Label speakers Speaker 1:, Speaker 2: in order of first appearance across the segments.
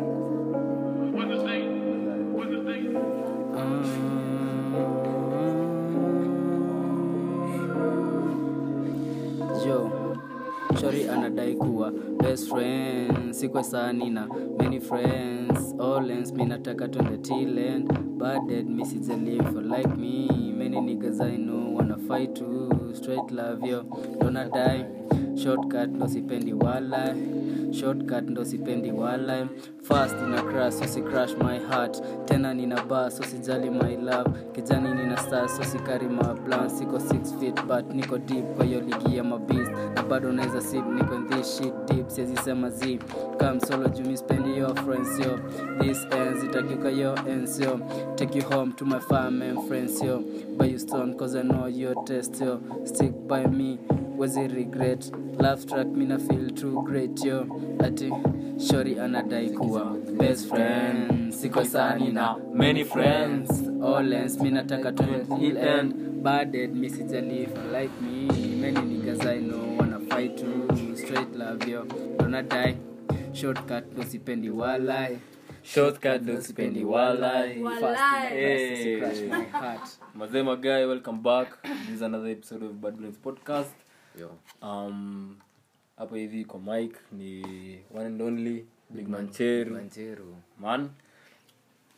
Speaker 1: What the thing? What the thing?
Speaker 2: jo shori anadai kuwa best friends sikwe saa nina many friends allens minataka twende tiland badet misizelivo like me many niggas i know wanna fight to straight love yo donadai shortcut ndo sipendi wala shortcut ndo sipendi wala fast na crash usi crash my heart tena nina bas usijali my love kijani nina stars usikari maplan siko 6 feet but niko deep kwa hiyo ligi ya mabis na bado naweza sip niko in this shit deep siezisema z kam solo jumi spendi your friends yo this ends itakiuka yo ends yo take you home to my fam and friends yo buy you stone cause i know your test yo stick by me wezi regret love track mina feel too great yo ati shori anadai kuwa best friend siko sani na many friends olens minataka end badet misijalifa like me many niggas i know wanna fight to straight love yo donadai shortcut dosipendi walai
Speaker 3: Shortcut ndo sipendi walai. Hey.
Speaker 2: crush my heart
Speaker 3: Mazema guy, welcome back. This is another episode of Bad Brains Podcast.
Speaker 4: Yo.
Speaker 3: Um, hapa hivi kwa Mike ni one and only Big Mancheru.
Speaker 4: mancheru
Speaker 3: Man.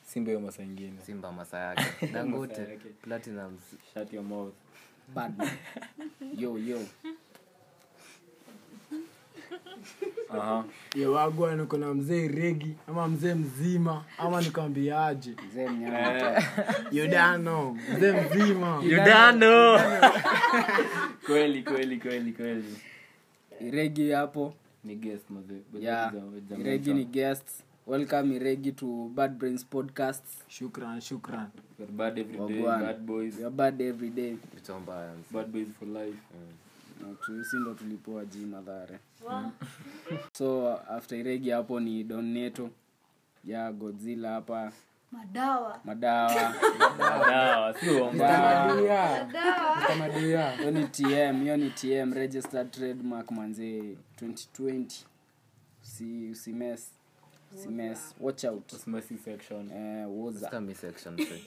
Speaker 3: Simba hiyo masaa ingine.
Speaker 4: simba masa yake dangote
Speaker 3: yake.
Speaker 4: platinum
Speaker 3: Shut your mouth.
Speaker 2: bad man. yo yo
Speaker 3: Aha.
Speaker 5: yewagwa niko na mzee regi ama mzee mzima ama nikwambiaje
Speaker 2: mzee mnyama
Speaker 5: yodano mzee mzima
Speaker 3: Yudano. Kweli kweli kweli kweli.
Speaker 2: iregi hapo
Speaker 3: Ni guest mazee.
Speaker 2: yeah iregi ni guest welcome iregi to bad brains podcast
Speaker 5: shukran shukran
Speaker 3: We're bad every day,
Speaker 2: Wagwan.
Speaker 3: bad boys.
Speaker 2: We are bad every day
Speaker 4: vitu mbaya
Speaker 3: Bad boys for life.
Speaker 2: Na tu- si ndo tulipoa ji madhare so after iregi hapo ni donneto ya godzilla hapa
Speaker 6: madawa
Speaker 2: madawa
Speaker 3: Dawa, Ah, si uongo.
Speaker 2: hiyo ni tm hiyo ni tm registered trademark manzee 2020 usi usimes usimes watch out
Speaker 3: Messy section.
Speaker 2: eh, woza
Speaker 4: mr section three.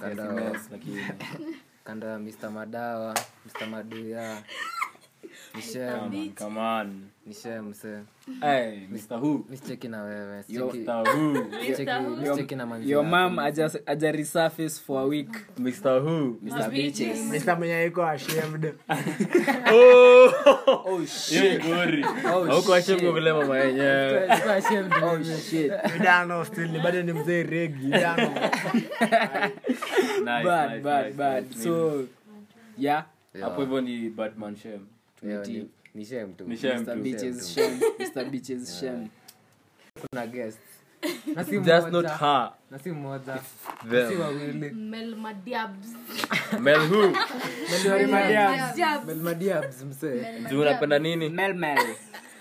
Speaker 4: kanda
Speaker 3: Mess, lakini
Speaker 4: kanda ya mr madawa mr maduya nishem
Speaker 3: Come on, come on.
Speaker 4: nishem se
Speaker 3: Hey, Mr. Who.
Speaker 4: mischeki na wewe sicheki-
Speaker 3: Mr. Who.
Speaker 4: sicheki- sicheki na manzi
Speaker 2: your
Speaker 4: yako.
Speaker 2: mam aja, aja resurface for a week
Speaker 3: Mr. Who.
Speaker 2: mr bitches
Speaker 5: mr mwenye iko ashamed
Speaker 3: Oh! Hiyo ni gori.
Speaker 2: Oh,
Speaker 3: Hauko
Speaker 2: shit.
Speaker 3: ashamu vile mama yenyewe.
Speaker 4: Sikuwa ashamed.
Speaker 2: Oh, shit.
Speaker 5: yodano still bado ni mzee regi yodano
Speaker 3: Nice,
Speaker 2: Bad,
Speaker 3: nice,
Speaker 2: bad,
Speaker 3: nice,
Speaker 2: bad.
Speaker 3: nice.
Speaker 2: So, yeah,
Speaker 4: Yeah.
Speaker 3: Hapo hivyo ni Batman Shem.
Speaker 4: Yeah, ni- ni shame tu
Speaker 3: Ni shem
Speaker 2: Mr.
Speaker 3: tu.
Speaker 2: Beaches Shem. Mr. Beaches Shem.
Speaker 4: kuna guest na si
Speaker 3: Just not
Speaker 4: mmoja
Speaker 3: her.
Speaker 4: na si mmoja
Speaker 3: Them.
Speaker 4: si wawili
Speaker 3: Mel Who.
Speaker 4: madiabs msee
Speaker 3: Juu unapenda nini?
Speaker 2: Mel Mel.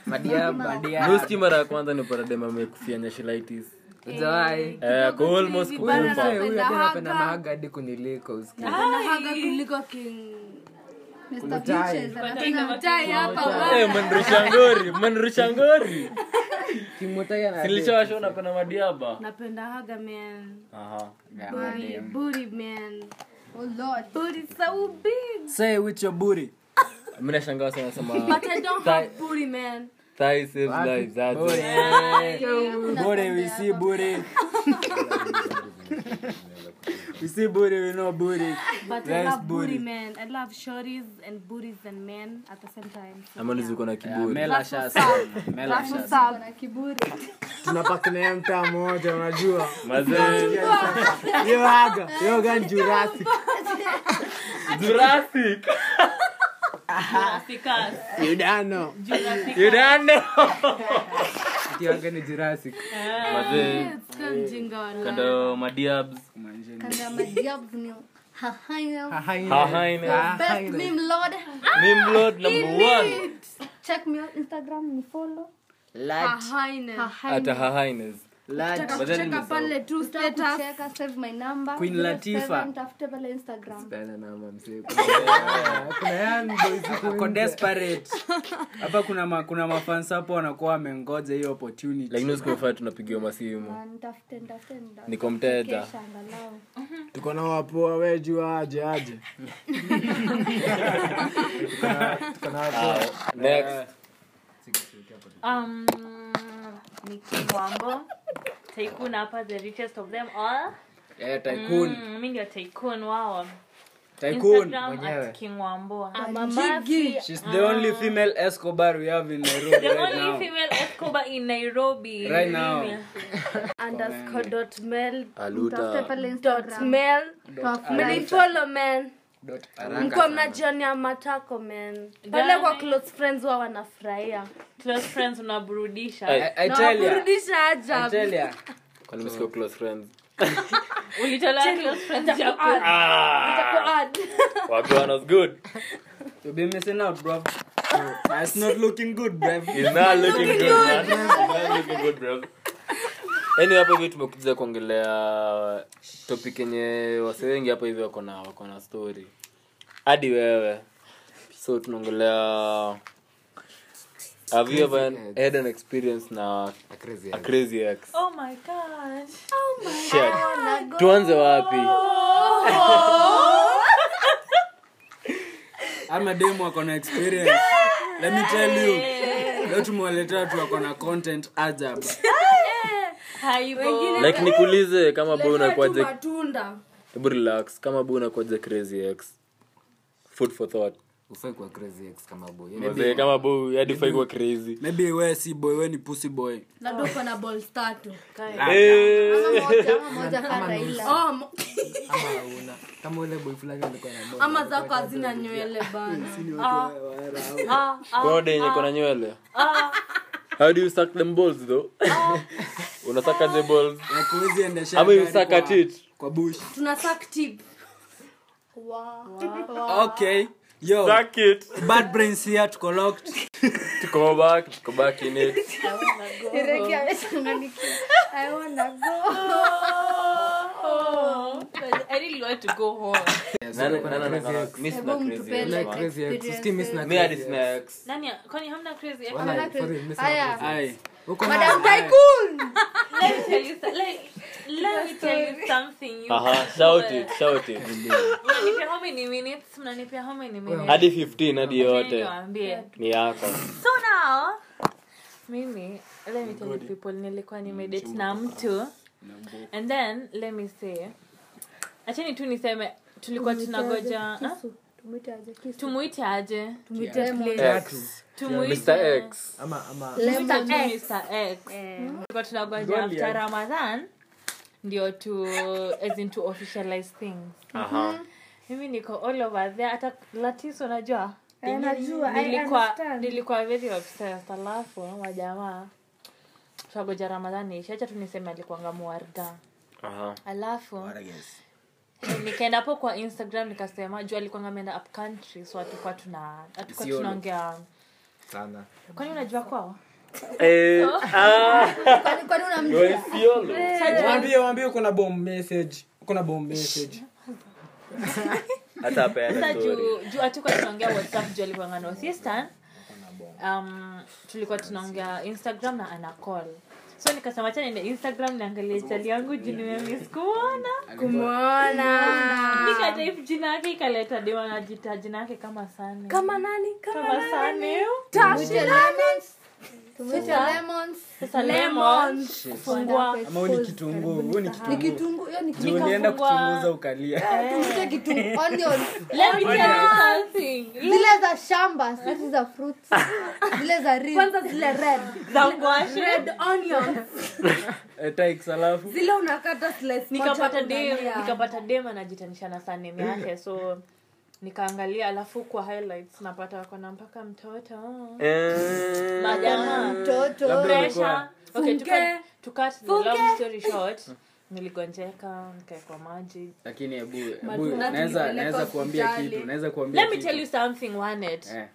Speaker 4: madiab
Speaker 2: Badia.
Speaker 3: Ruski mara ya kwanza ni upata dem amekufia nyashilitis.
Speaker 4: ujawai
Speaker 3: Eh, kwa almost Eh, kukufa.
Speaker 4: huyo tena napenda mahaga hadi kuniliko usikie
Speaker 3: Eh, mmenirusha ngori, mmenirusha ngori.
Speaker 4: kimotai ana
Speaker 3: Nilishawasha unapenda madiaba.
Speaker 7: napendahaga man
Speaker 3: Aha.
Speaker 7: booty, booty man booty so big
Speaker 2: Say with your booty.
Speaker 3: Mimi nashangaa sana sema
Speaker 7: but i don't have booty man
Speaker 3: Thai saves lives. That's it.
Speaker 2: Booty, we see booty. we see booty, we know booty.
Speaker 7: but i
Speaker 2: Nice
Speaker 7: love booty
Speaker 2: booty.
Speaker 7: man i love shorties and booties and men at the same time so,
Speaker 3: Ama nizuko na
Speaker 2: Yeah,
Speaker 3: kiburi.
Speaker 2: Mel
Speaker 7: That's
Speaker 2: Ashas.
Speaker 7: what's up.
Speaker 2: Mel
Speaker 7: That's
Speaker 2: Ashas.
Speaker 7: what's up.
Speaker 5: tunapakinaya mtaa mmoja unajua
Speaker 3: Mazee.
Speaker 5: hiyo aga hiyo gani jurasi
Speaker 3: Jurassic.
Speaker 5: yodano
Speaker 3: Eh. Yudano.
Speaker 4: kitianga ni Jurassic.
Speaker 3: Mazee.
Speaker 7: It's called jinga wala.
Speaker 3: Kando madiabs. Hahaine.
Speaker 1: Ah.
Speaker 3: Nimlod number one.
Speaker 7: Her highness.
Speaker 3: Ata hahaines.
Speaker 2: Large.
Speaker 3: But then
Speaker 8: kucheka
Speaker 3: ni
Speaker 8: pale tu status
Speaker 1: Kucheka, save my number.
Speaker 2: Queen
Speaker 1: 07,
Speaker 2: Latifah.
Speaker 1: Tafute pale Instagram.
Speaker 9: Tana na mamse. Kuna- Kuna young boys huku
Speaker 2: Ako
Speaker 9: nje.
Speaker 2: desperate. hapa kuna ma, kuna mafans hapo wanakuwa wamengoja hiyo opportunity
Speaker 3: lakini usikufaa tunapigiwa masimu
Speaker 1: Na nitafute, nitafute, nitafute.
Speaker 3: Niko mteja.
Speaker 1: Kesha angalau.
Speaker 10: tuko na wapoa we jua aje aje
Speaker 3: Ah, next
Speaker 7: Um, Nikki Wambo. Tycoon hapa, the richest of them all.
Speaker 9: Eh, tycoon.
Speaker 7: Mm, mi ndio Tycoon wao.
Speaker 2: tycoon
Speaker 7: Instagram
Speaker 9: mwenyewe.
Speaker 7: at King Wambo.
Speaker 8: Ah,
Speaker 1: Ama Mafia.
Speaker 2: she's
Speaker 9: Ah.
Speaker 2: the only female escobar we have in nairobi
Speaker 7: The
Speaker 2: right
Speaker 7: only
Speaker 2: now
Speaker 7: female Escobar in Nairobi.
Speaker 2: Right now.
Speaker 7: Mimi.
Speaker 8: underscore dot mail
Speaker 1: Tafute
Speaker 3: aluta
Speaker 1: pale
Speaker 8: dot
Speaker 1: Instagram.
Speaker 8: mail
Speaker 1: Tafute.
Speaker 8: mnifolo man
Speaker 9: Dot
Speaker 8: mko mnajionia matako man pale
Speaker 7: Guys.
Speaker 8: kwa close friends wa wanafurahia
Speaker 7: Close friends unaburudisha.
Speaker 2: I, I
Speaker 8: Na
Speaker 2: tell ya
Speaker 8: wakurudisha
Speaker 2: I
Speaker 8: ajabu
Speaker 2: tell ya
Speaker 3: kwani msiko close friends
Speaker 7: Ulitolewa close friends yako.
Speaker 3: Wagwan was good
Speaker 2: you'll be missing out bro it's not looking good bro
Speaker 3: He's not looking good, man. He's not looking good, bro. Anyway, hapa hivi tumekuja kuongelea topic yenye wase wengi hapa hivi wako na wako na story hadi wewe so tunaongelea have you ever had an experience na
Speaker 9: A crazy
Speaker 3: a
Speaker 9: young.
Speaker 3: crazy ex
Speaker 7: Oh my god.
Speaker 3: Shit. tuanze wapi
Speaker 2: ama demu ako na experience let me tell you leo tumewaletea watu wako na content ajabu
Speaker 7: Haibo.
Speaker 3: like nikuulize kama bo unakuwaje
Speaker 8: matunda
Speaker 3: hebu relax kama bo unakuwaje crazy ex food for thought
Speaker 9: Hufai kuwa crazy ex kama boy.
Speaker 3: Mazee, kama bo hadi ufai kuwa crazy
Speaker 2: maybe we si boy we ni pussy boy
Speaker 8: labda uko na balls tatu
Speaker 1: Ama
Speaker 3: Eh.
Speaker 1: moja, ama moja kama Raila.
Speaker 8: Oh, m-
Speaker 9: Ama hauna. Kama ule boy fulani alikuwa na boy.
Speaker 8: ama zako hazina nywele bana
Speaker 7: Ah, ah,
Speaker 3: kode yenye kona nywele how do you suck them balls though unasakaje balls
Speaker 2: Hakuwezi endesha
Speaker 3: ama you
Speaker 2: gari
Speaker 3: suck at
Speaker 2: kwa-
Speaker 3: it
Speaker 2: kwa bush
Speaker 8: tuna suck tip
Speaker 2: okay yo
Speaker 3: suck it
Speaker 2: bad brains here tuko locked
Speaker 3: to go back to go back in it
Speaker 1: Iregi amechanganyikiwa. I wanna go.
Speaker 7: oh. I really want to go home.
Speaker 3: nani nani nani miss na
Speaker 1: Hebu
Speaker 3: crazy
Speaker 1: mtupende
Speaker 3: ex, man.
Speaker 9: Crazy ex. Sikii mi sina
Speaker 3: me hadi
Speaker 9: crazy ex.
Speaker 3: sina ex
Speaker 7: Nani, kwani hamna crazy? ex?
Speaker 9: Walai,
Speaker 1: Crazy.
Speaker 9: sorry, mi sina
Speaker 1: Aya.
Speaker 9: crazy
Speaker 2: ai
Speaker 9: ex. Uko na-
Speaker 1: Madam Tycoon.
Speaker 7: let me tell you, so- let, let me tell you something. You
Speaker 3: aha shout it shout it
Speaker 7: mnanipea how many minutes? Mnanipea how many minutes?
Speaker 3: Uh-huh. hadi 15 hadi yote
Speaker 7: Niwaambie.
Speaker 3: ni yako
Speaker 7: So now, mimi, let me tell you people, nilikuwa nimedate na mtu. And then, let me say, acheni tu niseme, tulikuwa tunagoja, ha?
Speaker 1: Tumwite aje, kisu.
Speaker 7: tumuite aje?
Speaker 3: ex
Speaker 7: Tumuite
Speaker 3: mr ex
Speaker 9: ama- ama-
Speaker 7: Mr. tu Mr. X.
Speaker 1: Eh.
Speaker 7: Tulikuwa tunagoja after Ramadan ndio tu as in to officialize things.
Speaker 1: Mhm.
Speaker 3: aha
Speaker 7: Mimi niko all over there hata Latis unajua?
Speaker 1: Eh, najua, I
Speaker 7: Nilikuwa
Speaker 1: understand.
Speaker 7: nilikuwa very obsessed alafu wajamaa tunagoja Ramadhani ishe acha tu niseme alikuanga muwarga.
Speaker 3: aha
Speaker 7: Alafu nikaenda hapo kwa Instagram nikasema juu alikuwa ameenda up country so hatukuwa tuna hatukuwa
Speaker 9: Isiolo.
Speaker 7: tunaongea.
Speaker 9: sana.
Speaker 7: Kwani unajua kwao?
Speaker 3: eh ah
Speaker 1: Kwani- kwani unamjua?
Speaker 3: you are fiolo
Speaker 10: waambie waambie uko na bomb message uko na bomb message
Speaker 3: hata hapa
Speaker 7: Sasa
Speaker 3: story
Speaker 7: juu juu hatukuwa tunaongea whatsapp juu alikuwa ngano sister um, tulikuwa tunaongea instagram na ana call so nikasema acha niende instagram niangalie chali yangu juu nimemis kuona
Speaker 8: kumwona
Speaker 7: nikataifu jina yake ikaleta dem anajita jina yake kama sane
Speaker 8: kama nani kama
Speaker 7: kama sane
Speaker 1: Tumwite Lemons. Tumwite Lemons.
Speaker 7: sasa lemon kufungua
Speaker 1: Wanapo
Speaker 2: ama ni
Speaker 1: expose.
Speaker 2: kitunguu huyu ni kitunguu
Speaker 1: Ni kitunguu, hiyo
Speaker 8: yaani
Speaker 1: ni kitunguu.
Speaker 2: Juu ulienda
Speaker 7: Nikafungua-
Speaker 2: kuchunguza ukalia
Speaker 1: Tumwite
Speaker 8: Eh.
Speaker 1: kitunguu. Onion.
Speaker 7: let me tell you something
Speaker 1: zile za shamba sisi za fruits zile za real.
Speaker 8: kwanza zile red
Speaker 7: za ngwashi
Speaker 8: red onions
Speaker 2: takes Eh, alafu
Speaker 8: zile unakata slice moja
Speaker 7: nikapata
Speaker 8: unalia.
Speaker 7: dem nikapata dem anajitanisha na sanem
Speaker 2: Mm.
Speaker 7: yake so nikaangalia alafu kwa highlights napata wako na mpaka mtoto
Speaker 3: eh
Speaker 7: majamaa
Speaker 1: mtoto
Speaker 7: pressure okay to cut, to cut the long
Speaker 8: Funge.
Speaker 7: story short niligonjeka nikaekwa maji
Speaker 2: lakini hebu hebu
Speaker 8: Matunda
Speaker 2: naweza
Speaker 8: tulipeleka
Speaker 2: naweza kuambia
Speaker 8: hospitali.
Speaker 2: kitu naweza kuambia
Speaker 7: let me
Speaker 2: kitu.
Speaker 7: tell you something one it
Speaker 2: eh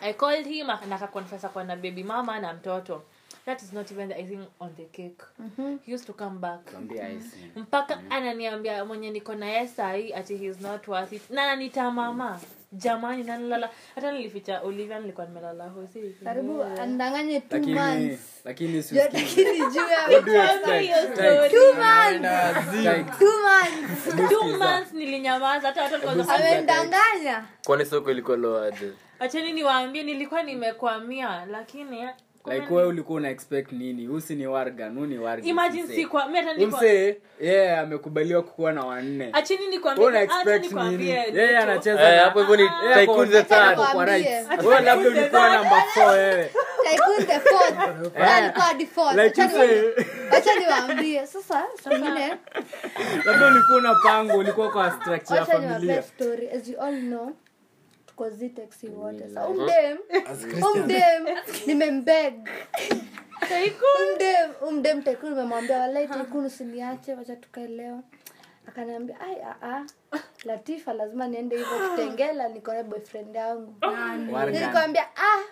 Speaker 7: i called him nakakonfesa kwa na baby mama na mtoto
Speaker 6: that is not even the icing on the cake
Speaker 8: Mm-hmm.
Speaker 6: he used to come back
Speaker 1: Tuambie icing.
Speaker 6: mpaka ananiambia mwenye niko na yeye sahii ati he is not worth it na ananiita mama jamani nanilala hata nilificha olivia nilikuwa nimelala hosi
Speaker 8: karibu andanganye two
Speaker 2: lakini
Speaker 8: months
Speaker 2: lakini
Speaker 8: Ndio
Speaker 2: siusikii
Speaker 8: lakini juu ya two months two months
Speaker 6: two months nilinyamaza hata watu walikuwa wanasema,
Speaker 8: amendanganya
Speaker 3: kwani soko ilikuwa loaje
Speaker 6: acheni niwaambie nilikuwa nimekwamia lakini
Speaker 2: like wewe ulikuwa una expect nini husi ni wargan hu ni wargan
Speaker 6: imagine
Speaker 2: msee.
Speaker 6: si kwa mimi hata
Speaker 2: Huyu
Speaker 6: nilikuwa
Speaker 2: msee yeye amekubaliwa kukuwa na wanne
Speaker 6: acheni
Speaker 2: Wewe una
Speaker 6: nikwambie acha
Speaker 2: expect nini
Speaker 6: nikwambie
Speaker 2: yeye anacheza
Speaker 3: Eh,
Speaker 2: na-
Speaker 3: hapo hivyo ni
Speaker 2: yeye ako-
Speaker 3: tycoon the third
Speaker 2: ako kwa
Speaker 8: Nikwambie.
Speaker 2: rights. Wewe labda ulikuwa namba four wewe
Speaker 8: tycoon the fourth Yeye alikuwa the fourth
Speaker 2: Eh. like
Speaker 8: Acha
Speaker 2: you say
Speaker 8: niwa- acha niwaambie sasa singine
Speaker 2: labda ulikuwa una pango ulikuwa kwa structure ya
Speaker 8: wacha niwaambie
Speaker 2: familia
Speaker 8: story as you all know tuko ziteksi wote sa umdem umdem nimembeg umdem umdem tekun nimemwambia walai tekun usiniache wacha tukaelewa akaniambia ai aa latifa lazima niende hivyo tutengela nikone boyfriend yangu
Speaker 2: wargan
Speaker 8: nilikwambia ah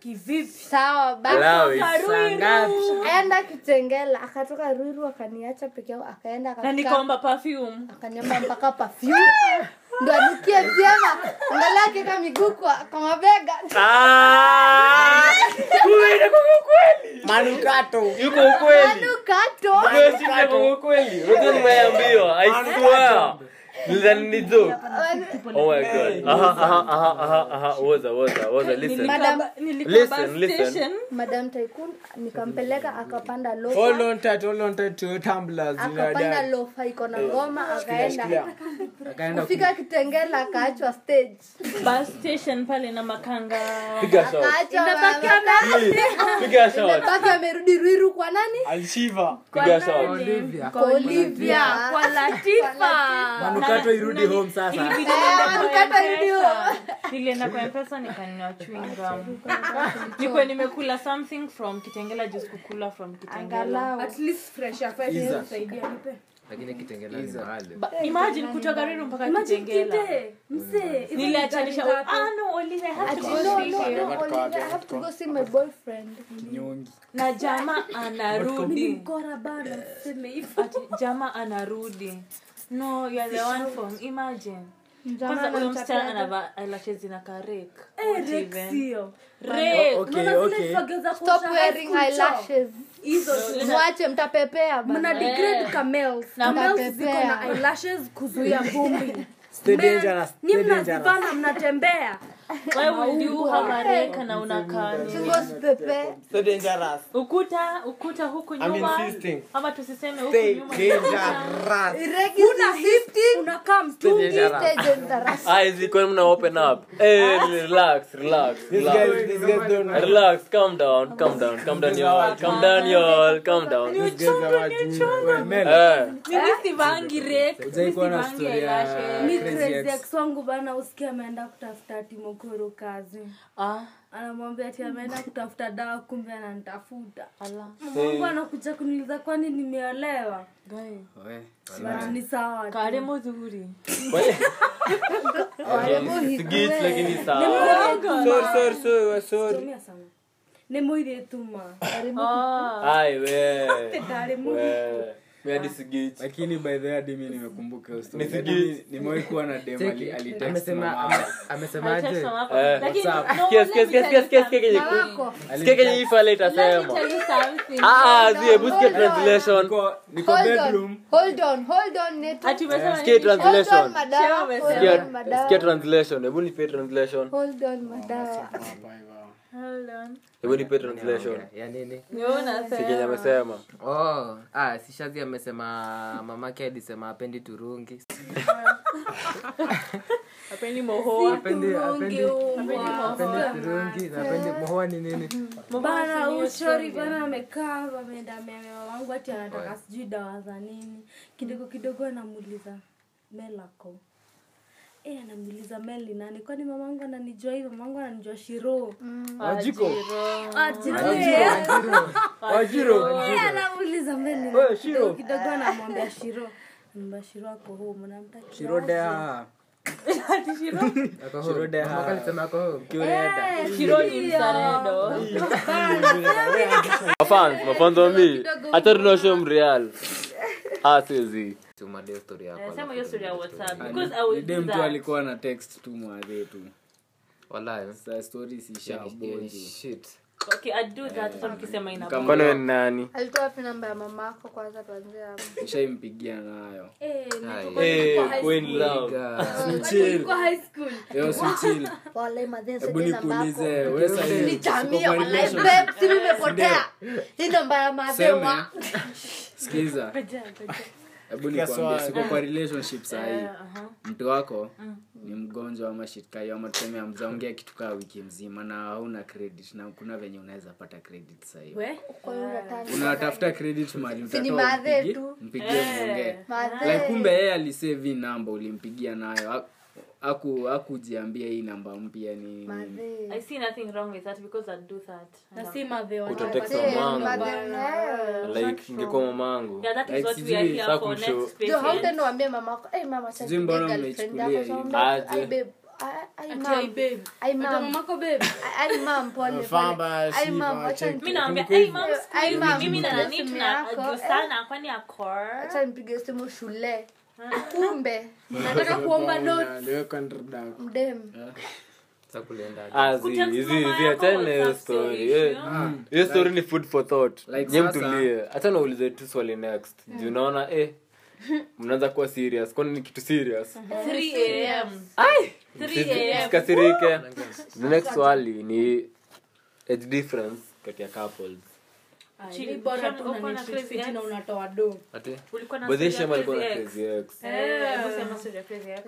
Speaker 6: kivipi
Speaker 8: sawa
Speaker 3: Lao,
Speaker 8: basi
Speaker 2: Saa ngapi?
Speaker 8: enda kitengela akatoka ruiru akaniacha peke yao akaenda
Speaker 6: na
Speaker 8: akafika-
Speaker 6: nikaomba perfume
Speaker 8: akanyamba mpaka perfume ndo anukie vyema angalia akiweka miguu kwa kwa mabega
Speaker 4: manukato
Speaker 3: yuko ukweli
Speaker 8: anukato
Speaker 6: Nilikaba- nilikaba
Speaker 3: Listen, listen.
Speaker 6: station.
Speaker 8: madam taikun nikampeleka akapanda
Speaker 5: Oh,
Speaker 4: Hold
Speaker 8: lofa
Speaker 4: on tight, hold on tight to your tumblers,
Speaker 8: akapanda
Speaker 4: mnadada.
Speaker 8: lofa iko na ngoma akaenda
Speaker 2: akaenda ku-
Speaker 8: kufika kitengela akaachwa stage
Speaker 6: bus station pale na makanga
Speaker 8: akaachwa baki amerudi ruiru kwa nani
Speaker 4: Alishiva.
Speaker 8: kwa olivia
Speaker 6: kwa latifa
Speaker 2: manukato irudi home sasa
Speaker 6: Ilibidi niende kwa M-Pesa. nilienda kwa mpesa nikanunua chewing gum. nikuwe nimekula something from kitengela juu sikukula from kitengela
Speaker 8: angalau
Speaker 6: Ba- imagine kutoka riru mpaka kitengela
Speaker 2: Mm.
Speaker 6: niliachanisha ah, no, Olivia, I have to
Speaker 8: Ati,
Speaker 6: go
Speaker 8: no,
Speaker 6: see
Speaker 8: no,
Speaker 6: you."
Speaker 8: no, Olivia, I have to go see my boyfriend.
Speaker 6: na jamaa anarudi ati jamaa anarudi no you're the one from imagine kwanza huyo msichana anavaa eh, eyelashes zina karek
Speaker 8: Eh,
Speaker 6: Not even.
Speaker 7: Eh,
Speaker 6: Rake.
Speaker 2: okay okay
Speaker 8: Stop wearing eyelashes.
Speaker 6: Lina-
Speaker 8: mwache mtapepea bana.
Speaker 7: Eh.
Speaker 6: Na
Speaker 8: Mtapepea.
Speaker 7: kuzuia vumbi
Speaker 2: stay dangerous
Speaker 7: ni
Speaker 2: stay dangerous
Speaker 7: mnazivana mnatembea
Speaker 6: wewe uliu havareka na unakaa nini?
Speaker 8: Singo sipepee.
Speaker 4: So dangerous.
Speaker 6: ukuta ukuta huku nyuma
Speaker 4: insisting.
Speaker 6: ama tusiseme huku
Speaker 4: Stay
Speaker 6: nyuma
Speaker 4: dangerous.
Speaker 8: Iregi sisisting,
Speaker 7: unakaa
Speaker 8: hii stage ndarasa.
Speaker 4: These guys, these guys don't know. These guys are wajinga. Well, men,
Speaker 6: mimi
Speaker 8: Eh?
Speaker 6: sivangi rake
Speaker 2: Hujai kuwa na
Speaker 6: sivangi
Speaker 2: story ya
Speaker 6: eyelashes.
Speaker 7: mi
Speaker 2: Crazy
Speaker 7: crazy
Speaker 2: ex.
Speaker 7: ex wangu bana usikia ameenda kutafuta timokoro kazi
Speaker 6: ah
Speaker 7: anamwambia ati ameenda kutafuta dawa kumbe ananitafuta
Speaker 6: ala
Speaker 7: mungu anakuja kuniuliza kwani nimeolewa
Speaker 6: guy
Speaker 2: We,
Speaker 7: bana ni sawa tu.
Speaker 6: karemo dhuri
Speaker 8: Waremo hikuwe.
Speaker 4: sorry, sorry, sorry, we're sorry.
Speaker 7: Tumia sana. ni mwire tuma
Speaker 2: Ah. lakini by the way hadi mi nimekumbuka hiyo story.
Speaker 3: Nisige-
Speaker 2: Hadi mi- nimewahi kuwa na dem ali- alitext mama yangu.
Speaker 4: amesemaje
Speaker 3: Eh,
Speaker 8: Na wako.
Speaker 3: Ah, e
Speaker 2: Niko- niko
Speaker 8: Hold
Speaker 2: bedroom.
Speaker 8: on, hold on, hold on, Neto.
Speaker 3: Eh,
Speaker 8: Hold on,
Speaker 3: translation
Speaker 8: madawa,
Speaker 6: Sio
Speaker 8: hold
Speaker 3: Sikia-
Speaker 8: on, madawa.
Speaker 3: sikia translation E hebu nipe translation
Speaker 8: Hold on, madawa.
Speaker 3: hebu nipe translation
Speaker 9: ya nini
Speaker 3: kenye amesema
Speaker 9: oh ah, sishazi amesema mamake alisema apendi turungi
Speaker 7: oh, bana ushori bana amekaa ameenda memewa wangu ati anataka sijui dawa za nini kidogo kidogo anamuuliza melako e anamuuliza meli nani kwani mamangu ananijua hivi mamangu ananijua shiro anamuuliza meli nani? kidogo kidogo anamwambia shiro mba shiro ako home namtakia
Speaker 2: Shirode, ah.
Speaker 6: Ati Shiro-
Speaker 9: Ako home. Mama alisema ako home.
Speaker 6: Shiro Eh, ni msaredo.
Speaker 3: Mafans, mafans wa mi hata tunaoshe mreal asizi
Speaker 9: Tumalize story yako.
Speaker 6: Eh, Sema hiyo story ya WhatsApp because I will do
Speaker 2: dem tu
Speaker 6: that.
Speaker 2: alikuwa na text tu mwadhe tu
Speaker 9: Wallahi.
Speaker 2: sa stori
Speaker 9: Hiyo ni
Speaker 2: sishaboji
Speaker 9: shit.
Speaker 6: Okay, I do that hata mkisema ina
Speaker 2: Kama-
Speaker 3: kwani we ni e nani
Speaker 8: alitoa wapi namba ya mamako kwanza tuanzie hapo
Speaker 2: ishaimpigia nayo
Speaker 8: Eh,
Speaker 3: Eh,
Speaker 2: Eh,
Speaker 3: e
Speaker 2: e
Speaker 9: Ga-
Speaker 2: leo sichili
Speaker 8: walai madhen
Speaker 2: hebu
Speaker 8: sijui namba yako
Speaker 2: nikuulize we
Speaker 8: ni jamii walai
Speaker 2: sahiiskiza
Speaker 8: babe si nimepotea hii namba ya
Speaker 2: Seme.
Speaker 8: mabewa
Speaker 2: hebu nikuambia
Speaker 4: Kaswa-
Speaker 2: siko kwa relationship
Speaker 8: Eh,
Speaker 2: sahii mtu wako
Speaker 8: Mm.
Speaker 2: ni mgonjwa ama shitkayo ama tuseme amjaongea kitu kaa wiki mzima na hauna credit na kuna venye unaweza pata credit sahii
Speaker 6: We?
Speaker 8: kwa hiyo unatani
Speaker 2: unatafuta credit mali
Speaker 8: Si ni madhe tu. Eh.
Speaker 2: mpigie
Speaker 6: Eh.
Speaker 2: mongee like
Speaker 8: madhe
Speaker 2: kumbe yeye alisevi namba ulimpigia nayo Haku- haku- hakujiambia hii namba mpya ni
Speaker 8: madhe
Speaker 6: I see nothing wrong with that because I do that.
Speaker 7: na si mavewa
Speaker 3: utatext
Speaker 8: Madhe,
Speaker 3: mamangu
Speaker 8: madhe, yeah.
Speaker 3: like ingekuwa mamangu
Speaker 6: Yeah, that is
Speaker 2: Like,
Speaker 6: what we are
Speaker 2: sijui,
Speaker 6: here
Speaker 3: saa
Speaker 6: for.
Speaker 3: kumshow.
Speaker 6: Next
Speaker 8: Jo, how
Speaker 6: patient.
Speaker 8: then waambie mama yako, "Eh, mama, acha
Speaker 2: Sijui
Speaker 8: nipige
Speaker 2: mbona
Speaker 8: girlfriend
Speaker 2: mnaichukulia
Speaker 8: yako." So,
Speaker 2: hivi.
Speaker 8: mna-
Speaker 3: Aje.
Speaker 8: "Ai, babe, ai, ai, mam,
Speaker 7: mamako
Speaker 8: ai, mam,
Speaker 7: bebe
Speaker 8: ai, ai, mam, pole, pole.
Speaker 4: Famba,
Speaker 8: Ai,
Speaker 4: shiba,
Speaker 8: mam, acha
Speaker 4: check.
Speaker 8: nipige-
Speaker 6: mi naambia
Speaker 4: Kumbuka
Speaker 6: "Hey,
Speaker 4: hivi.
Speaker 6: mom,
Speaker 8: Eh,
Speaker 6: siku hizi
Speaker 8: ai, mam,
Speaker 6: mimi na
Speaker 8: nipige
Speaker 6: nani
Speaker 8: simu
Speaker 6: tuna
Speaker 8: yako,
Speaker 6: argue
Speaker 8: eh.
Speaker 6: sana kwani ako
Speaker 8: acha nipige simu shule kumbe
Speaker 7: nataka kuomba notes.
Speaker 4: Aliweka ndani.
Speaker 8: mdem
Speaker 9: Sasa kulienda aje?
Speaker 6: Kutext mama yako
Speaker 3: achana hiyo
Speaker 6: WhatsApp
Speaker 3: story
Speaker 6: story,
Speaker 3: eh.
Speaker 6: sio?
Speaker 3: hiyo story ni food for thought
Speaker 2: Hmm. Like
Speaker 3: nye
Speaker 2: sasa-
Speaker 3: mtulie hata naulize tu swali next juu naona eh mnaanza kuwa serious kwani ni kitu serious
Speaker 6: 3 a.m. 3 a.m.
Speaker 3: sikasirike the next swali ni age difference kati ya couples
Speaker 6: Chini,
Speaker 7: Ni bora
Speaker 6: chini,
Speaker 7: tu
Speaker 6: uko na
Speaker 7: unanishit
Speaker 6: crazy
Speaker 7: fiti
Speaker 6: ex?
Speaker 7: na unatoa do
Speaker 9: Ati?
Speaker 6: Ulikuwa na
Speaker 3: Baadhi ya
Speaker 6: story
Speaker 3: shamba
Speaker 6: ya
Speaker 3: alikuwa na
Speaker 6: crazy ex?
Speaker 3: crazy ex.
Speaker 6: Eh, hebu sema story ya crazy ex.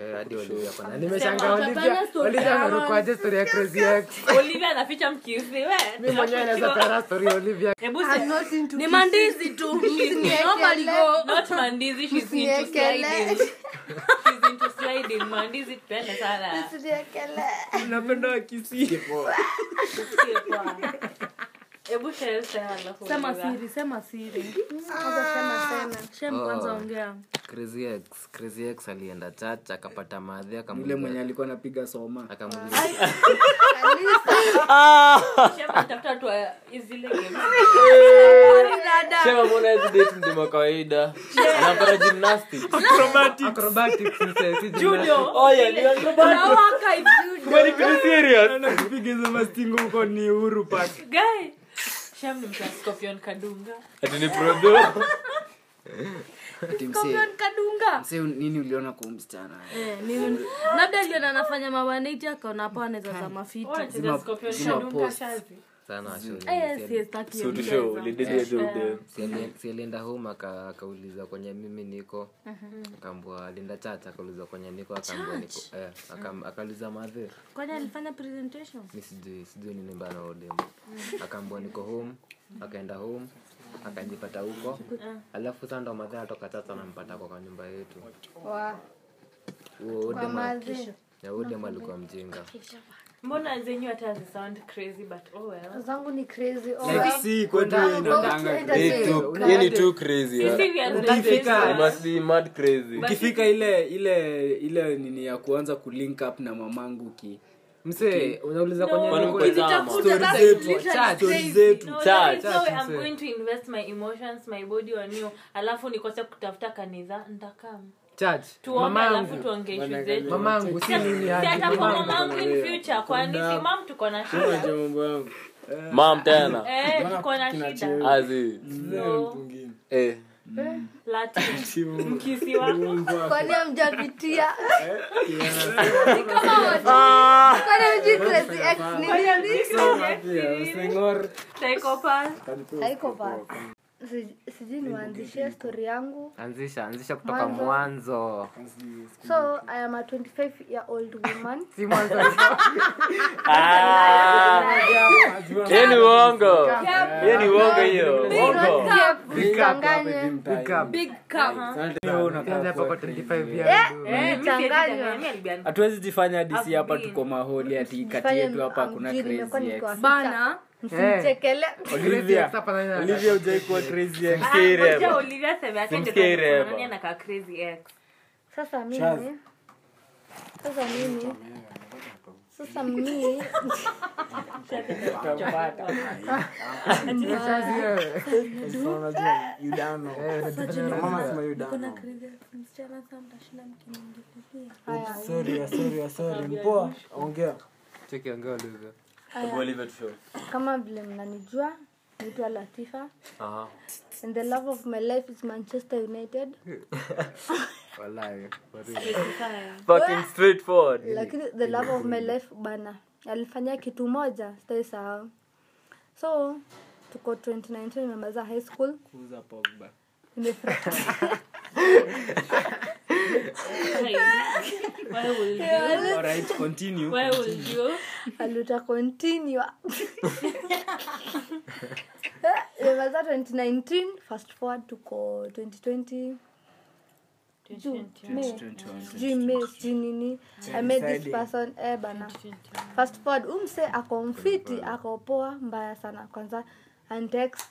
Speaker 9: Eh, hadi Olivia kwa nani?
Speaker 6: Sema,
Speaker 9: Nimeshangaa Olivia.
Speaker 7: Hapana, story
Speaker 9: Olivia
Speaker 7: ya
Speaker 9: amerukwaje story ya Crazy Ex?
Speaker 6: Olivia anaficha mkizi, we,
Speaker 9: Mimi mwenyewe naweza
Speaker 6: tunakujua.
Speaker 9: peana story ya Olivia.
Speaker 6: Hebu se-
Speaker 7: ni mandizi tu nobody go
Speaker 6: not mandizi, she's into
Speaker 8: Msiekele.
Speaker 6: sliding. She's into sliding. Mandizi tupende sana. Sio poa. Hebu share sema alafu
Speaker 7: sema
Speaker 6: ongea.
Speaker 7: siri sema siri shem
Speaker 9: Oh.
Speaker 7: kwanza ongea
Speaker 9: Crazy Ex, Crazy Ex alienda church akapata maadhi
Speaker 2: yule mwenye
Speaker 9: akamuuliza
Speaker 2: alikuwa anapiga soma
Speaker 9: akamuuliza
Speaker 6: Shema anatafuta watu wa- zile games.
Speaker 3: Shema mbona hizi date mdema kawaida anapata gymnastics
Speaker 9: acrobatics ni sawa, si jina.
Speaker 6: Judo.
Speaker 3: oh yeah ni acrobatics kwani kitu serious
Speaker 4: Piga hizo mastingo huko ni Uhuru Park.
Speaker 6: Guy. Shem ni mtu wa Scorpion Kadunga.
Speaker 3: ati ni problem
Speaker 2: timse
Speaker 7: kadunga
Speaker 2: nini uliona kwa huyu msichana
Speaker 7: Eh, ni- labda aliona anafanya mawaneti akaona hapo anaweza zama fiti
Speaker 6: Wewe unacheza
Speaker 2: Zima-
Speaker 6: Scorpion
Speaker 2: zima
Speaker 6: Kadunga,
Speaker 2: post.
Speaker 6: shazi.
Speaker 9: Sana washauri.
Speaker 7: Eh,
Speaker 9: Si-
Speaker 7: si staki
Speaker 3: so to
Speaker 7: ongeza.
Speaker 3: show le did it them
Speaker 9: si ali- si alienda home aka- akauliza kwenye mimi niko akaambua alienda church akauliza kwenye niko akaambua niko eh, akam- akauliza madhe
Speaker 7: kwani alifanya presentation
Speaker 9: mi sijui sijui nini mbaya na odem akaambua niko home akaenda home akajipata huko alafu sasa ndo madhe atoka church anampata kwa kwa nyumba yetu huo odem ya odem alikuwa mjinga
Speaker 6: Mbona zenyu hata hazi sound crazy but oh well.
Speaker 8: zangu ni crazy oh,
Speaker 4: Like,
Speaker 8: well.
Speaker 4: si, kwetu inakanga.
Speaker 3: Hey, too- hii ni too crazy yeah.
Speaker 6: Sisi we are the
Speaker 4: Ukifika-
Speaker 3: You
Speaker 6: best ones.
Speaker 3: must be mad crazy
Speaker 2: ukifika ile ile ile nini ya kuanza kulink up na mamangu ki
Speaker 9: msee unauliza
Speaker 3: Kwani
Speaker 9: kwenye
Speaker 3: mko tama?
Speaker 2: Story zetu, story zetu.
Speaker 6: No, there
Speaker 3: Charge.
Speaker 6: is no way I'm
Speaker 9: Charge.
Speaker 6: going to invest my emotions, my body on you. Alafu nikose kutafuta kanisa ntakam
Speaker 9: church
Speaker 6: tuombe alafu
Speaker 9: mamangu
Speaker 6: tuongee ishu zetu
Speaker 9: mamangu si nini
Speaker 6: Si
Speaker 9: hadi
Speaker 6: hata kwa
Speaker 9: mamangu
Speaker 6: mamangu in future kwani si mam tuko na shida
Speaker 4: Acha mambo yangu.
Speaker 3: mam tena
Speaker 6: Eh, tuko na shida
Speaker 3: azi
Speaker 6: So,
Speaker 4: Mwingine.
Speaker 3: eh
Speaker 6: lati mkisi wako
Speaker 8: kwani amjapitia
Speaker 3: Ah.
Speaker 8: kwani amjui crazy ex ni nini?
Speaker 4: Sengor.
Speaker 6: psychopath
Speaker 8: haiko bad. Si- sijui niwaanzishie stori yangu
Speaker 9: anzisha anzisha kutoka
Speaker 8: Mwanzo.
Speaker 9: mwanzo
Speaker 8: so i am a 25 year old woman
Speaker 9: si mwanzo
Speaker 2: Ah.
Speaker 3: Yeye ni uongo Yeye ni uongo hiyo uongo
Speaker 8: changanye
Speaker 7: big cup
Speaker 9: hapa kwa 25 years old.
Speaker 6: Eh, mimi
Speaker 8: Mchanganywa.
Speaker 6: sijaja, mimi alibia-
Speaker 2: hatuwezi jifanya disi hapa
Speaker 6: been.
Speaker 2: tuko maholi ati kati
Speaker 8: Fanya
Speaker 2: yetu hapa kuna
Speaker 8: mjini, nimekuwa
Speaker 2: crazy ex.
Speaker 8: nikiwa-
Speaker 7: bana
Speaker 8: Msichekele.
Speaker 2: Eh.
Speaker 9: Olivia, hapa na nani?
Speaker 4: Olivia hujai kuwa crazy.
Speaker 6: Ah,
Speaker 3: Msikie
Speaker 6: ngoja
Speaker 3: Rema.
Speaker 6: Olivia seme, acha
Speaker 3: Simsikie
Speaker 6: ndio
Speaker 3: Rema.
Speaker 6: nani anakaa crazy ex.
Speaker 8: sasa
Speaker 5: Chaz.
Speaker 8: mimi sasa mimi sasa mimi
Speaker 7: msichana saa mtashinda mkiniingililia
Speaker 5: mpoa ongea
Speaker 9: chekiongea ulivyo
Speaker 8: haya,
Speaker 3: Oliver Tushaw.
Speaker 8: kama vile mnanijua naitwa latifa and the love of my life is manchester united
Speaker 9: walai
Speaker 3: Fucking straightforward.
Speaker 8: lakini the love of my life bana alifanya kitu moja sitai sahau so tuko 2019 nimemaliza high school nimefurahi
Speaker 6: Why will you? Why will you?
Speaker 8: aluta continue Eh, nimemaliza 2019 fast forward tuko 2020 June, May. sijui May, sijui nini i met this person eh bana fast forward umse ako mfiti ako poa mbaya sana kwanza and text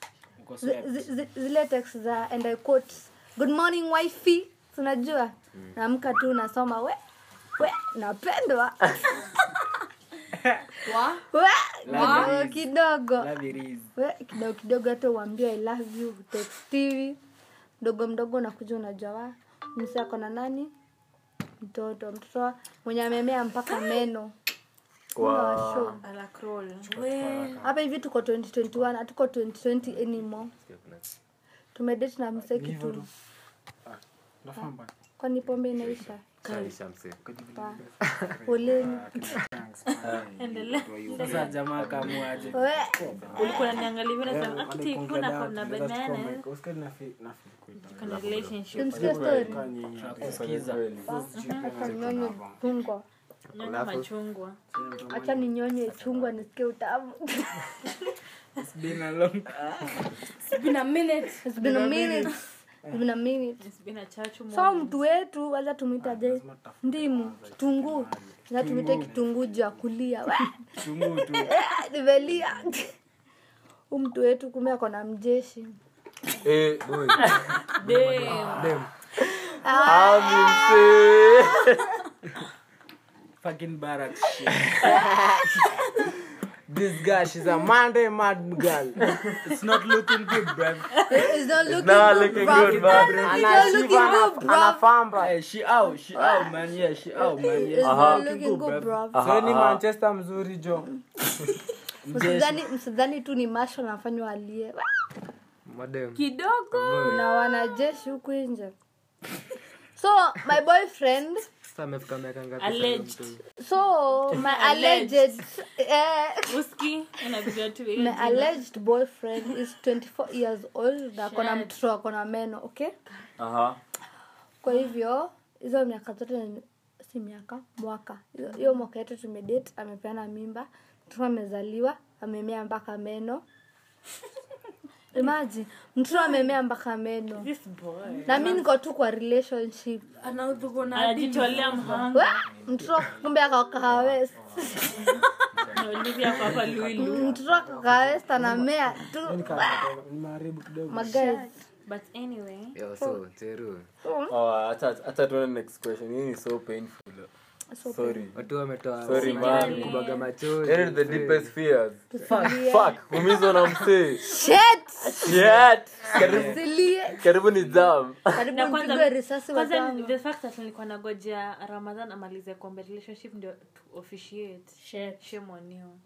Speaker 8: zi- zi- zi- zile text za and i quote good morning wifi tunajua naamka tu nasoma we we napendwa we kidogo kidogo we kidogo kidogo hata uambie i love you text hivi mdogo mdogo unakuja unajawa msi ako na nani mtoto mtoto wa- mwenye amemea mpaka meno Unawa show. hapa hivi tuko 2021 hatuko 2020 anymore tumedate na mse kitu kwani pombe inaisha Pa. poleni
Speaker 2: sasa jamaa kamuaje
Speaker 8: we
Speaker 6: Ulikuwa unaniangalia hivi unasema, "Ah, kitu iko na kuna banana." Iko na relationship.
Speaker 8: tumsikia story
Speaker 2: tunakusikiza
Speaker 8: acha ninyonye chungwa
Speaker 6: Nyonga machungwa.
Speaker 8: acha ninyonye chungwa nisikie utamu
Speaker 7: been a minute
Speaker 8: It's been a minute. It's been a minute.
Speaker 6: It's been a chachu
Speaker 8: so
Speaker 6: moment.
Speaker 8: mtu wetu waza tumwitaje ndimu kitunguu za tumite kitunguu juu ya kulia We! Eh, nimelia Huyu mtu wetu kumbe ako na mjeshi
Speaker 3: Eh, boy.
Speaker 6: Damn.
Speaker 2: fucking barracks
Speaker 4: This girl, she's a
Speaker 5: eh,
Speaker 4: Monday mad girl.
Speaker 2: it's not looking good bruv
Speaker 8: It's not looking
Speaker 3: Nah,
Speaker 8: good,
Speaker 3: looking
Speaker 8: bruv.
Speaker 3: good, man.
Speaker 8: It's not looking good, bruv.
Speaker 4: Anafamba.
Speaker 2: hey, she out she out man yeah she out man
Speaker 8: It's
Speaker 2: yeah
Speaker 3: Uh-huh.
Speaker 8: not looking good, bruv.
Speaker 4: So ni Manchester mzuri jo.
Speaker 8: Msidhani- msidhani tu ni masho nafanywa alie We!
Speaker 9: madem
Speaker 6: Kidogo.
Speaker 8: kuna wanajeshi huku nje so my boyfriend
Speaker 9: sasa amefika miaka ngapi sasa
Speaker 6: Alleged.
Speaker 9: mtu?
Speaker 8: so my alleged eh,
Speaker 6: Uski, inabidi watu wengi.
Speaker 8: my alleged boyfriend is 24 years old na akona
Speaker 6: Shit.
Speaker 8: mtoto akona meno okay
Speaker 3: Aha.
Speaker 8: kwa hivyo hizo miaka zote ni- si miaka mwaka Hiyo- hiyo mwaka yetu tumedate amepeana mimba mtoto amezaliwa amemea mpaka meno imaji mtoto amemea mpaka meno
Speaker 6: This boy.
Speaker 8: na mi niko tu kwa relationship
Speaker 6: Anajitolea mhanga.
Speaker 8: Wa! mtoto kumbe akakawes
Speaker 6: Na Olivia kwa hapa Lulu.
Speaker 8: mtoto akakawes anamea tu
Speaker 5: Nimeharibu Yaani kidogo.
Speaker 8: magai
Speaker 6: But anyway,
Speaker 9: Yo, so cheru
Speaker 3: Oh, acha acha tuone next question. Hii ni so painful. Sorry.
Speaker 9: watu wametoa
Speaker 3: Sorry, man.
Speaker 9: kubaga machozi
Speaker 3: Here is the deepest fears.
Speaker 8: Tusilie.
Speaker 3: Fuck, kumizwa na msee.
Speaker 8: Shit!
Speaker 3: Shit. Karibu
Speaker 8: Tusilie.
Speaker 3: karibu ni jam.
Speaker 8: Karibu
Speaker 6: Na kwanza-
Speaker 8: nipigwe risasi
Speaker 6: kwanza
Speaker 8: wazangu.
Speaker 6: the fact that nilikuwa nagojea Ramadhan amalize kuomba relationship ndio tu officiate. Shame on you.